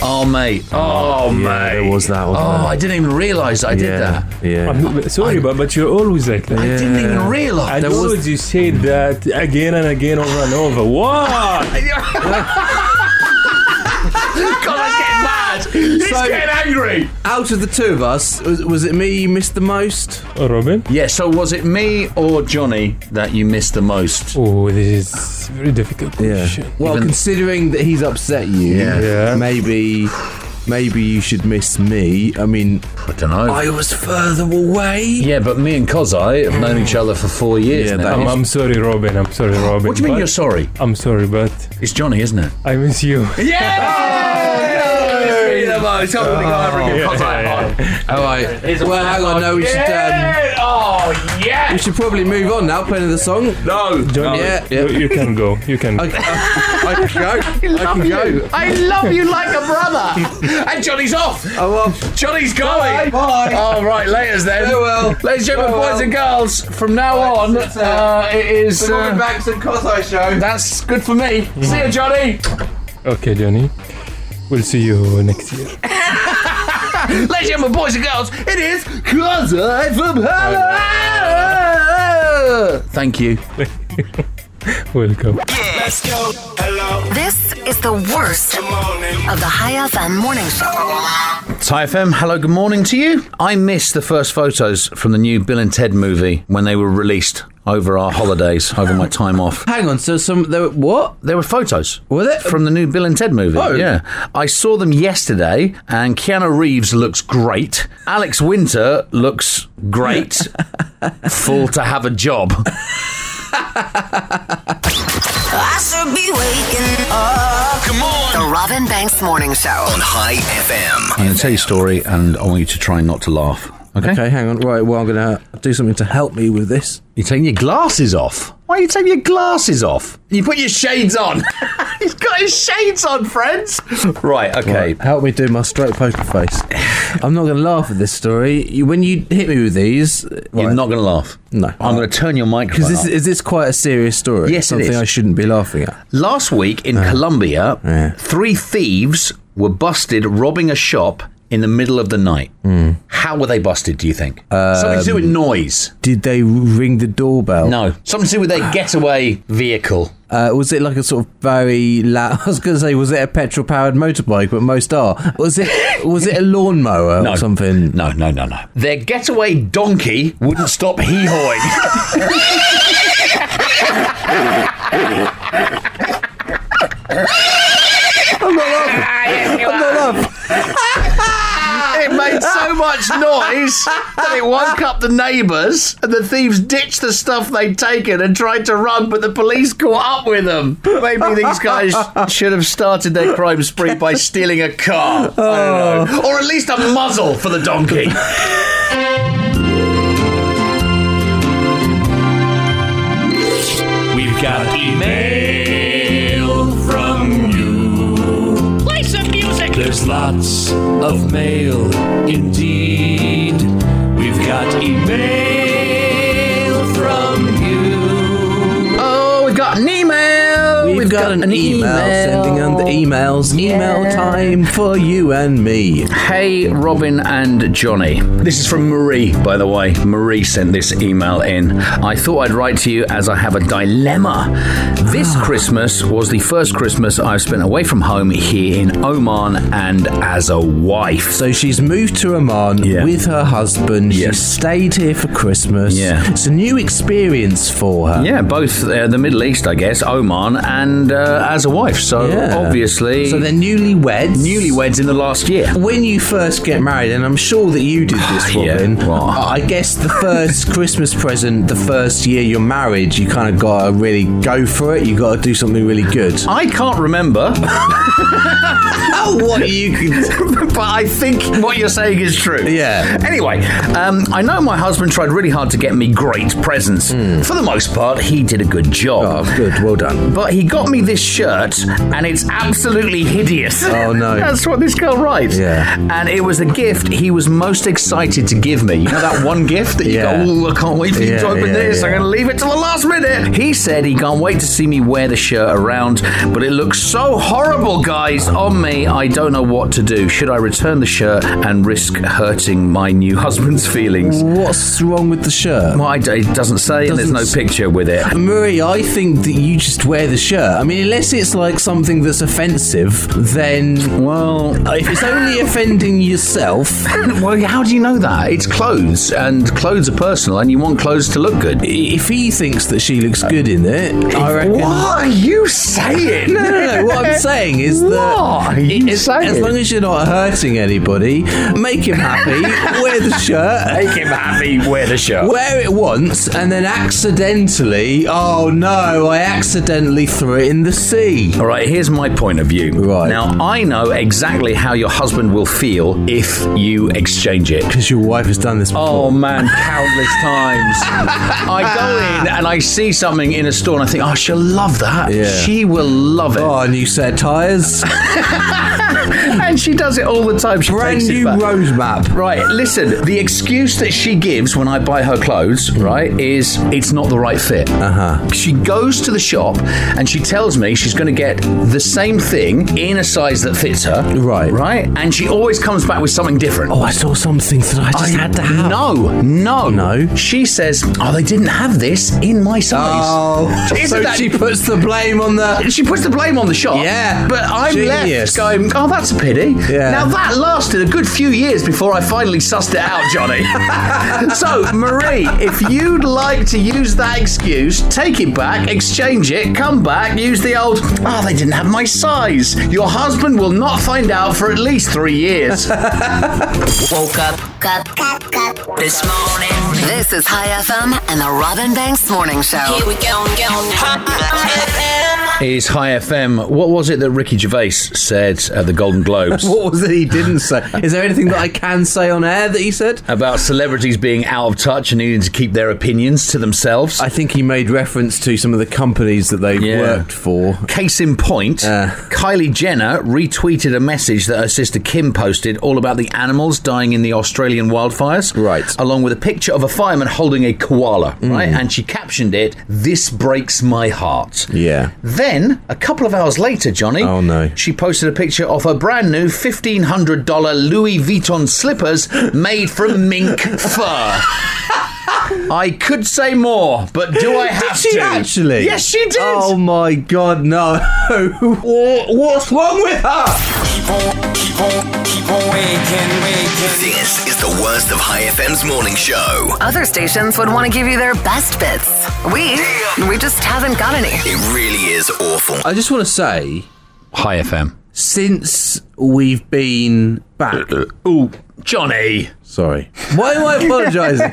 [SPEAKER 4] Oh mate! Oh mate!
[SPEAKER 3] There was that one.
[SPEAKER 4] Oh, I didn't even realise I did that.
[SPEAKER 3] yeah. Yeah.
[SPEAKER 13] I'm not- but sorry, but, but you're always like that.
[SPEAKER 4] I didn't even
[SPEAKER 13] I
[SPEAKER 4] realise.
[SPEAKER 13] know you said that again and again over and over. What?
[SPEAKER 4] God, I'm getting mad. Ah! He's
[SPEAKER 3] So-
[SPEAKER 4] getting angry.
[SPEAKER 3] Out of the two of us, was, was it me you missed the most?
[SPEAKER 13] Oh, Robin?
[SPEAKER 4] Yeah. So was it me or Johnny that you missed the most?
[SPEAKER 13] Oh, this is very difficult question.
[SPEAKER 3] Well,
[SPEAKER 4] Even-
[SPEAKER 3] considering that he's upset you,
[SPEAKER 4] Yeah.
[SPEAKER 13] Yeah.
[SPEAKER 3] maybe maybe you should miss me. I mean,
[SPEAKER 4] I don't know.
[SPEAKER 3] I was further away.
[SPEAKER 4] yeah, but me and Kozai have known each other for four years
[SPEAKER 3] Yeah,
[SPEAKER 4] now.
[SPEAKER 3] that
[SPEAKER 13] I'm, I'm sorry, Robin. I'm sorry, Robin.
[SPEAKER 4] what do you mean
[SPEAKER 13] but-
[SPEAKER 4] you're sorry?
[SPEAKER 13] I'm sorry, but
[SPEAKER 4] It's Johnny, isn't it?
[SPEAKER 13] I miss you.
[SPEAKER 4] Yeah.
[SPEAKER 3] All right. Well, hang on. No, we should. Um,
[SPEAKER 4] Oh, yeah.
[SPEAKER 3] We should probably move on now, playing the song. No.
[SPEAKER 13] Johnny,
[SPEAKER 3] Yeah, yeah.
[SPEAKER 13] You, you can go. You can.
[SPEAKER 3] Okay. I can go. I,
[SPEAKER 4] love
[SPEAKER 3] can
[SPEAKER 4] you.
[SPEAKER 3] go.
[SPEAKER 4] I love you like a brother. and Johnny's off.
[SPEAKER 3] Oh, well.
[SPEAKER 4] Johnny's going.
[SPEAKER 3] Bye.
[SPEAKER 4] All right, laters then.
[SPEAKER 3] Farewell.
[SPEAKER 4] Ladies and gentlemen,
[SPEAKER 3] Farewell.
[SPEAKER 4] boys and girls, from now on,
[SPEAKER 3] that's it.
[SPEAKER 4] uh, it is.
[SPEAKER 3] The Robin
[SPEAKER 4] Uh,
[SPEAKER 3] Banks and Cosmo show.
[SPEAKER 4] that's good for me. See you, Johnny.
[SPEAKER 13] Okay, Johnny. We'll see you next year.
[SPEAKER 4] Ladies and gentlemen, boys and girls, it is Cause I from Hell. Thank you.
[SPEAKER 13] Welcome.
[SPEAKER 9] Let's go. Oh, Hello.
[SPEAKER 2] This is the worst
[SPEAKER 9] Good morning.
[SPEAKER 2] of the High FM morning show.
[SPEAKER 4] Hi FM, hello, good morning to you. I missed the first photos from the new Bill and Ted movie when they were released over our holidays, over my time off.
[SPEAKER 3] Hang on. So some there, what?
[SPEAKER 4] There were photos.
[SPEAKER 3] Were there?
[SPEAKER 4] From the new Bill and Ted movie.
[SPEAKER 3] Oh.
[SPEAKER 4] Yeah. I saw them yesterday, and Keanu Reeves looks great. Alex Winter looks great. Full to have a job.
[SPEAKER 9] I should be waking up. Come
[SPEAKER 2] The
[SPEAKER 9] on.
[SPEAKER 2] Robin Banks Morning Show.
[SPEAKER 5] on High FM.
[SPEAKER 4] I'm going to tell you a story, and I want you to try not to laugh. Okay?
[SPEAKER 3] Okay, hang on. Right. Well, I'm gonna do something to help me with this.
[SPEAKER 4] You're taking your glasses off. Why are you taking your glasses off? You put your shades on. He's got his shades on, friends. Right, okay.
[SPEAKER 3] Help me do my straight poker face. I'm not gonna laugh at this story. You, when you hit me with these,
[SPEAKER 4] You're
[SPEAKER 3] right.
[SPEAKER 4] not going to laugh.
[SPEAKER 3] No.
[SPEAKER 4] I'm going to turn your microphone
[SPEAKER 3] Because this
[SPEAKER 4] up.
[SPEAKER 3] is this quite a serious story?
[SPEAKER 4] Yes, it
[SPEAKER 3] something
[SPEAKER 4] is.
[SPEAKER 3] I shouldn't be laughing at.
[SPEAKER 4] Last week in Colombia,
[SPEAKER 3] Yeah.
[SPEAKER 4] three thieves were busted robbing a shop in the middle of the night.
[SPEAKER 3] Hmm.
[SPEAKER 4] How were they busted, do you think? something to do with
[SPEAKER 3] Um,
[SPEAKER 4] noise.
[SPEAKER 3] Did they ring the doorbell?
[SPEAKER 4] No. Something to do with their getaway vehicle.
[SPEAKER 3] Uh, was it like a sort of very loud? I was going to say, was it a petrol-powered motorbike? But most are. Was it? Was it a lawnmower
[SPEAKER 4] No.
[SPEAKER 3] or something?
[SPEAKER 4] No, no, no, no. Their getaway donkey wouldn't stop hee hawing. It made so much noise that it woke up the neighbours, and the thieves ditched the stuff they'd taken and tried to run, but the police caught up with them. Maybe these guys should have started their crime spree by stealing a car. I don't know. Or at least a muzzle for the donkey.
[SPEAKER 12] We've got email from you. Play some music. There's lots of mail indeed. We've got email from you.
[SPEAKER 4] Oh, we've got an email.
[SPEAKER 3] We've, got, an, email, sending on the emails. Email time for you and me.
[SPEAKER 4] Hey, Robin and Johnny. This is from Marie, by the way. Marie sent this email in. I thought I'd write to you as I have a dilemma. This
[SPEAKER 3] Ah.
[SPEAKER 4] Christmas was the first Christmas I've spent away from home here in Oman and as a wife.
[SPEAKER 3] So she's moved to Oman
[SPEAKER 4] Yeah.
[SPEAKER 3] with her husband. She
[SPEAKER 4] Yes.
[SPEAKER 3] stayed here for Christmas.
[SPEAKER 4] Yeah.
[SPEAKER 3] It's a new experience for her.
[SPEAKER 4] Yeah, both uh, the Middle East, I guess, Oman, and uh, as a wife. So
[SPEAKER 3] Yeah.
[SPEAKER 4] obviously,
[SPEAKER 3] So they're newlyweds.
[SPEAKER 4] newlyweds in the last year.
[SPEAKER 3] When you first get married, and I'm sure that you did this,
[SPEAKER 4] Yeah,
[SPEAKER 3] Robin.
[SPEAKER 4] well.
[SPEAKER 3] I guess the first Christmas present, the first year you're married, you kind of got to really go for it. You got to do something really good.
[SPEAKER 4] I can't remember.
[SPEAKER 3] Oh, what you could.
[SPEAKER 4] but I think what you're saying is true.
[SPEAKER 3] Yeah.
[SPEAKER 4] Anyway, um, I know my husband tried really hard to get me great presents. For the most part, he did a good job.
[SPEAKER 3] Hmm. Oh, good. Well done.
[SPEAKER 4] But he got me this shirt, and it's absolutely hideous.
[SPEAKER 3] Oh, no.
[SPEAKER 4] That's what this girl writes.
[SPEAKER 3] Yeah.
[SPEAKER 4] And it was the gift he was most excited to give me. You know that one gift that you
[SPEAKER 3] Yeah.
[SPEAKER 4] go, oh, I can't wait for you
[SPEAKER 3] Yeah,
[SPEAKER 4] to open
[SPEAKER 3] yeah,
[SPEAKER 4] this. I'm
[SPEAKER 3] yeah.
[SPEAKER 4] going to leave it till the last minute. He said he can't wait to see me wear the shirt around, but it looks so horrible, guys, on me. I don't know what to do. Should I return the shirt and risk hurting my new husband's feelings?
[SPEAKER 3] What's wrong with the shirt?
[SPEAKER 4] Well, I d- it doesn't say, and there's no
[SPEAKER 3] Doesn't
[SPEAKER 4] picture with it.
[SPEAKER 3] Murray, I think that you just wear the shirt. I mean, unless it's like something that's offensive, then
[SPEAKER 4] Well,
[SPEAKER 3] if it's only offending yourself,
[SPEAKER 4] Well, how do you know that? It's clothes, and clothes are personal, and you want clothes to look good.
[SPEAKER 3] if he thinks that she looks good in it, I reckon.
[SPEAKER 4] What are you saying?
[SPEAKER 3] No, no, no. What I'm saying is that
[SPEAKER 4] What are you
[SPEAKER 3] as,
[SPEAKER 4] saying?
[SPEAKER 3] as long as you're not hurting anybody, make him happy, wear the shirt,
[SPEAKER 4] Make him happy, wear the shirt.
[SPEAKER 3] wear it once, and then accidentally, oh no, I accidentally threw it in the sea.
[SPEAKER 4] All right, here's my point of view.
[SPEAKER 3] Right.
[SPEAKER 4] Now, I know exactly how your husband will feel if you exchange it?
[SPEAKER 3] Because your wife has done this before.
[SPEAKER 4] Oh man, countless times. I go in and I see something in a store and I think, oh, she'll love that.
[SPEAKER 3] Yeah.
[SPEAKER 4] She will love it.
[SPEAKER 3] Oh, a new set of tyres.
[SPEAKER 4] and she does it all the time. She
[SPEAKER 3] Brand
[SPEAKER 4] takes it
[SPEAKER 3] new
[SPEAKER 4] back.
[SPEAKER 3] rose map.
[SPEAKER 4] Right, listen, the excuse that she gives when I buy her clothes, right, is it's not the right fit. Uh
[SPEAKER 3] Uh-huh.
[SPEAKER 4] huh. She goes to the shop and she tells me she's going to get the same thing in a size that fits her.
[SPEAKER 3] Right.
[SPEAKER 4] Right? And she always comes back with something different.
[SPEAKER 3] Oh, I saw something that I just had to have.
[SPEAKER 4] No, no,
[SPEAKER 3] No.
[SPEAKER 4] She says, "Oh, they didn't have this in my size."
[SPEAKER 3] Oh,
[SPEAKER 4] Isn't
[SPEAKER 3] so
[SPEAKER 4] that-
[SPEAKER 3] she puts the blame on the.
[SPEAKER 4] Uh, She puts the blame on the shop.
[SPEAKER 3] Yeah.
[SPEAKER 4] But I'm
[SPEAKER 3] Genius.
[SPEAKER 4] left going, oh, that's a pity.
[SPEAKER 3] Yeah.
[SPEAKER 4] Now, that lasted a good few years before I finally sussed it out, Johnny. so, Marie, if you'd like to use that excuse, take it back, exchange it, come back, use the old, oh, they didn't have my size. Your husband will not find out for at least three years.
[SPEAKER 1] Woke up
[SPEAKER 2] Cup, cup, cup.
[SPEAKER 1] this morning.
[SPEAKER 2] This is High FM and the Robin Banks Morning Show.
[SPEAKER 10] Here we go, go. Hot
[SPEAKER 4] Is High FM, what was it that Ricky Gervais said at the Golden Globes?
[SPEAKER 3] What was it he didn't say? Is there anything that I can say on air that he said?
[SPEAKER 4] About celebrities being out of touch and needing to keep their opinions to themselves.
[SPEAKER 3] I think he made reference to some of the companies that they
[SPEAKER 4] Yeah.
[SPEAKER 3] worked for.
[SPEAKER 4] Case in point,
[SPEAKER 3] Uh.
[SPEAKER 4] Kylie Jenner retweeted a message that her sister Kim posted all about the animals dying in the Australian wildfires.
[SPEAKER 3] Right. Mm.
[SPEAKER 4] Along with a picture of a fireman holding a koala, right? And she captioned it, This breaks my heart.
[SPEAKER 3] Yeah.
[SPEAKER 4] Then, a couple of hours later, Johnny,
[SPEAKER 3] Oh, no.
[SPEAKER 4] she posted a picture of her brand new $1,500 Louis Vuitton slippers made from mink fur. I could say more, but do I have
[SPEAKER 3] Did she
[SPEAKER 4] to?
[SPEAKER 3] actually?
[SPEAKER 4] Yes, she did.
[SPEAKER 3] Oh my god, no! What- What's wrong with her?
[SPEAKER 10] Keep on, keep on, keep on waking, waking.
[SPEAKER 5] This is the worst of High FM's morning show.
[SPEAKER 2] Other stations would want to give you their best bits. We, we just haven't got any.
[SPEAKER 5] It really is awful.
[SPEAKER 3] I just want to say,
[SPEAKER 4] Hi, FM.
[SPEAKER 3] since we've been back,
[SPEAKER 4] Ooh, Johnny.
[SPEAKER 3] sorry. Why am I apologising?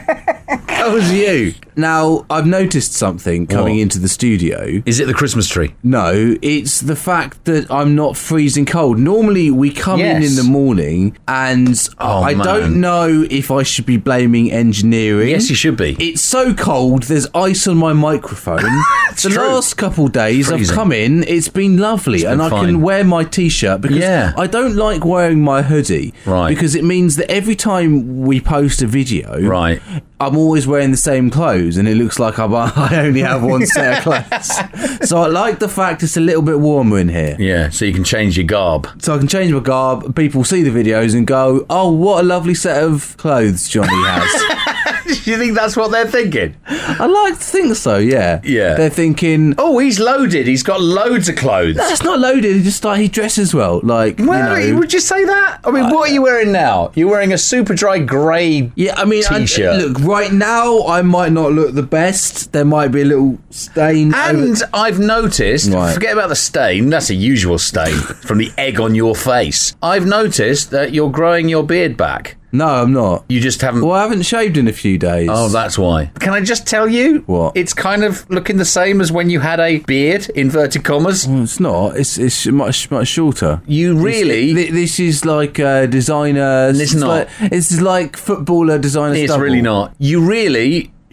[SPEAKER 3] that was you. Now I've noticed something coming
[SPEAKER 4] What?
[SPEAKER 3] into the studio.
[SPEAKER 4] Is it the Christmas tree?
[SPEAKER 3] No, it's the fact that I'm not freezing cold. Normally, we come in
[SPEAKER 4] Yes.
[SPEAKER 3] in the morning, and
[SPEAKER 4] Oh,
[SPEAKER 3] I
[SPEAKER 4] man.
[SPEAKER 3] don't know if I should be blaming engineering.
[SPEAKER 4] Yes, you should be.
[SPEAKER 3] It's so cold. There's ice on my microphone. the
[SPEAKER 4] true.
[SPEAKER 3] last couple days I've
[SPEAKER 4] freezing.
[SPEAKER 3] come in, it's been lovely,
[SPEAKER 4] been
[SPEAKER 3] and I
[SPEAKER 4] fine.
[SPEAKER 3] can wear my t-shirt because
[SPEAKER 4] Yeah.
[SPEAKER 3] I don't like wearing my hoodie.
[SPEAKER 4] Right.
[SPEAKER 3] Because it means that every time we post a video,
[SPEAKER 4] Right.
[SPEAKER 3] I'm always wearing the same clothes, and it looks like I'm, I only have one set of clothes. so I like the fact it's a little bit warmer in here.
[SPEAKER 4] Yeah, so you can change your garb.
[SPEAKER 3] So I can change my garb. People see the videos and go, "Oh, what a lovely set of clothes Johnny has."
[SPEAKER 4] you think that's what they're thinking?
[SPEAKER 3] I like to think so. Yeah.
[SPEAKER 4] Yeah.
[SPEAKER 3] They're thinking,
[SPEAKER 4] Oh, he's loaded. He's got loads of clothes.
[SPEAKER 3] That's not loaded. It's just like he dresses well. Like,
[SPEAKER 4] Well,
[SPEAKER 3] you know.
[SPEAKER 4] would you Uh, say that? I mean, what are you wearing now? You're wearing a super dry grey.
[SPEAKER 3] yeah, I mean, I-
[SPEAKER 4] T-shirt.
[SPEAKER 3] look, right now I might not look the best. There might be a little stain.
[SPEAKER 4] And
[SPEAKER 3] over-
[SPEAKER 4] I've noticed,
[SPEAKER 3] Right.
[SPEAKER 4] forget about the stain, that's a usual stain from the egg on your face. I've noticed that you're growing your beard back.
[SPEAKER 3] no, I'm not.
[SPEAKER 4] You just haven't.
[SPEAKER 3] Well, I haven't shaved in a few days.
[SPEAKER 4] Oh, that's why. Can I just tell you?
[SPEAKER 3] What?
[SPEAKER 4] It's kind of looking the same as when you had a beard, inverted commas.
[SPEAKER 3] Well, it's not. It's it's much much shorter.
[SPEAKER 4] You really.
[SPEAKER 3] This, this is like uh, designer. It's,
[SPEAKER 4] not.
[SPEAKER 3] Like, this is like footballer designer.
[SPEAKER 4] It's
[SPEAKER 3] stubble.
[SPEAKER 4] really not. You really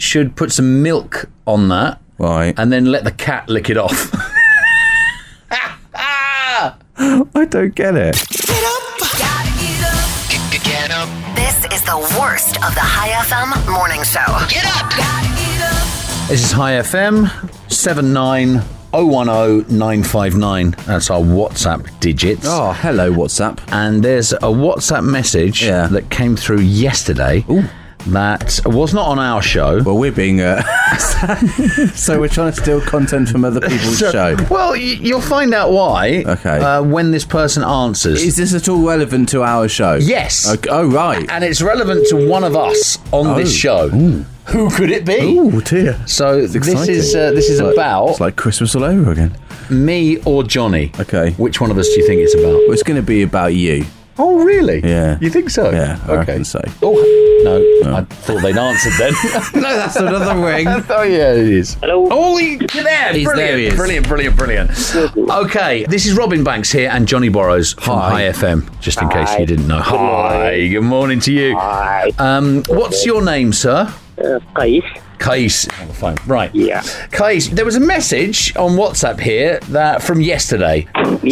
[SPEAKER 4] should put some milk on that
[SPEAKER 3] Right.
[SPEAKER 4] and then let the cat lick it off.
[SPEAKER 3] I don't get it.
[SPEAKER 10] Get up. Gotta get up. Get up.
[SPEAKER 2] This is the worst of the High FM Morning Show.
[SPEAKER 10] Get up. Gotta get up.
[SPEAKER 4] this is High FM 79010959. That's our WhatsApp digits.
[SPEAKER 3] Oh, hello, WhatsApp.
[SPEAKER 4] And there's a WhatsApp message
[SPEAKER 3] Yeah.
[SPEAKER 4] that came through yesterday that was not on our show.
[SPEAKER 3] Well, we're being. Uh, so we're trying to steal content from other people's
[SPEAKER 4] So-
[SPEAKER 3] show.
[SPEAKER 4] Well, y- you'll find out why
[SPEAKER 3] Okay.
[SPEAKER 4] uh, when this person answers.
[SPEAKER 3] Is this at all relevant to our show?
[SPEAKER 4] Yes.
[SPEAKER 3] Okay, oh, right.
[SPEAKER 4] and it's relevant to one of us on this show. Who could it be?
[SPEAKER 3] dear.
[SPEAKER 4] So this
[SPEAKER 3] exciting.
[SPEAKER 4] is uh, this is
[SPEAKER 3] It's like-
[SPEAKER 4] about
[SPEAKER 3] It's like Christmas all over again.
[SPEAKER 4] me or Johnny.
[SPEAKER 3] Okay.
[SPEAKER 4] Which one of us do you think it's about?
[SPEAKER 3] Well, it's going to be about you.
[SPEAKER 4] Oh, really?
[SPEAKER 14] Yeah.
[SPEAKER 4] You think so?
[SPEAKER 14] Yeah, I reckon so.
[SPEAKER 4] Oh, no. I thought they'd answered then. no, that's another ring. oh, yeah, it is. Hello. Oh, he- you're there.
[SPEAKER 3] He's
[SPEAKER 4] brilliant,
[SPEAKER 3] there, he is.
[SPEAKER 4] brilliant, brilliant, brilliant. Okay, this is Robin Banks here and Johnny Borrows from Hi. FM, just in case you didn't know. Hi, good morning to you. Hi. Um, what's your name, sir? Uh, Kais. Kais on the phone. Right. Yeah. Kais, there was a message on WhatsApp here that from yesterday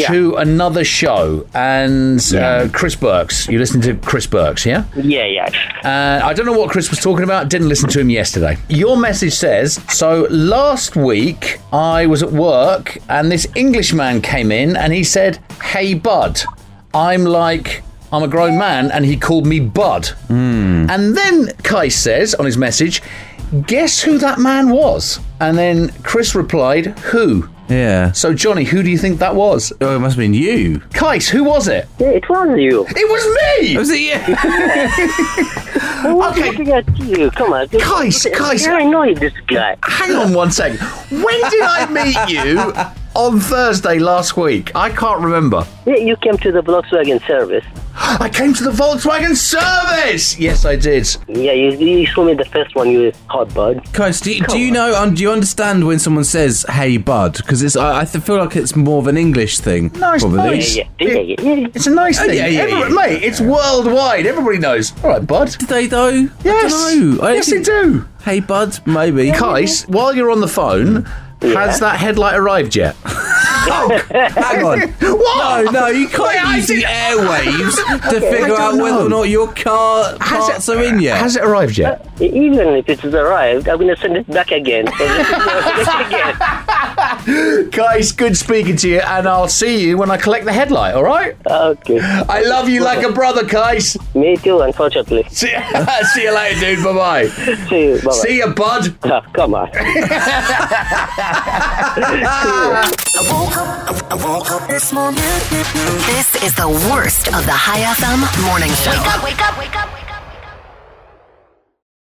[SPEAKER 4] to another show and uh, Chris Burks. You listened to Chris Burks, yeah?
[SPEAKER 15] Yeah, yeah.
[SPEAKER 4] Uh, I don't know what Chris was talking about. Didn't listen to him yesterday. Your message says so. Last week I was at work and this Englishman came in and he said, "Hey, bud." I'm like, I'm a grown man, and he called me bud.
[SPEAKER 3] Hmm.
[SPEAKER 4] And then Kai says on his message, "Guess who that man was?" And then Chris replied, "Who?"
[SPEAKER 3] Yeah.
[SPEAKER 4] So Johnny, who do you think that was?
[SPEAKER 3] Oh, it must have been you.
[SPEAKER 4] Kais, who was it?
[SPEAKER 15] It was you.
[SPEAKER 4] It was me.
[SPEAKER 3] Was it you?
[SPEAKER 15] I was looking at you. Come on.
[SPEAKER 4] Guys, guys.
[SPEAKER 15] I know this guy.
[SPEAKER 4] Hang on one second. When did I meet you? On Thursday last week. I can't remember.
[SPEAKER 15] Yeah, you came to the Volkswagen service.
[SPEAKER 4] I came to the Volkswagen service. Yes, I did.
[SPEAKER 15] Yeah, you, you showed me the first one. You hot bud.
[SPEAKER 3] Coach, do you, do you know? Um, do you understand when someone says "Hey, bud"? Because it's I, I feel like it's more of an English thing.
[SPEAKER 4] No, it's
[SPEAKER 3] probably.
[SPEAKER 4] nice. It's a nice
[SPEAKER 3] Oh,
[SPEAKER 4] thing.
[SPEAKER 3] yeah, yeah,
[SPEAKER 4] Every-
[SPEAKER 3] yeah,
[SPEAKER 4] mate, it's worldwide. Everybody knows. All right, bud.
[SPEAKER 3] Do they though?
[SPEAKER 4] Yes.
[SPEAKER 3] I don't know. I
[SPEAKER 4] yes,
[SPEAKER 3] think-
[SPEAKER 4] they do.
[SPEAKER 3] Hey, bud. Maybe.
[SPEAKER 4] Kais, while you're on the phone, has that headlight arrived yet?
[SPEAKER 3] Oh, hang on.
[SPEAKER 4] What?
[SPEAKER 3] No, no, you can't
[SPEAKER 4] Wait, I
[SPEAKER 3] use the
[SPEAKER 4] did-
[SPEAKER 3] airwaves to
[SPEAKER 4] Okay, I
[SPEAKER 3] figure
[SPEAKER 4] don't
[SPEAKER 3] out whether
[SPEAKER 4] know.
[SPEAKER 3] or not your car parts are in yet.
[SPEAKER 4] Has it arrived yet?
[SPEAKER 15] Uh, e- Even if it's arrived, I'm gonna send it back again.
[SPEAKER 4] Guys, good speaking to you, and I'll see you when I collect the headlight, all right?
[SPEAKER 15] Okay.
[SPEAKER 4] I love you like a brother, Kais.
[SPEAKER 15] me too, unfortunately.
[SPEAKER 4] See, see you later, dude. Bye bye.
[SPEAKER 15] See you. Bye-bye.
[SPEAKER 4] See you, bud.
[SPEAKER 15] come on.
[SPEAKER 2] I woke up, I woke up this morning. This is the worst of the High FM morning show. Wake up, wake up, wake up.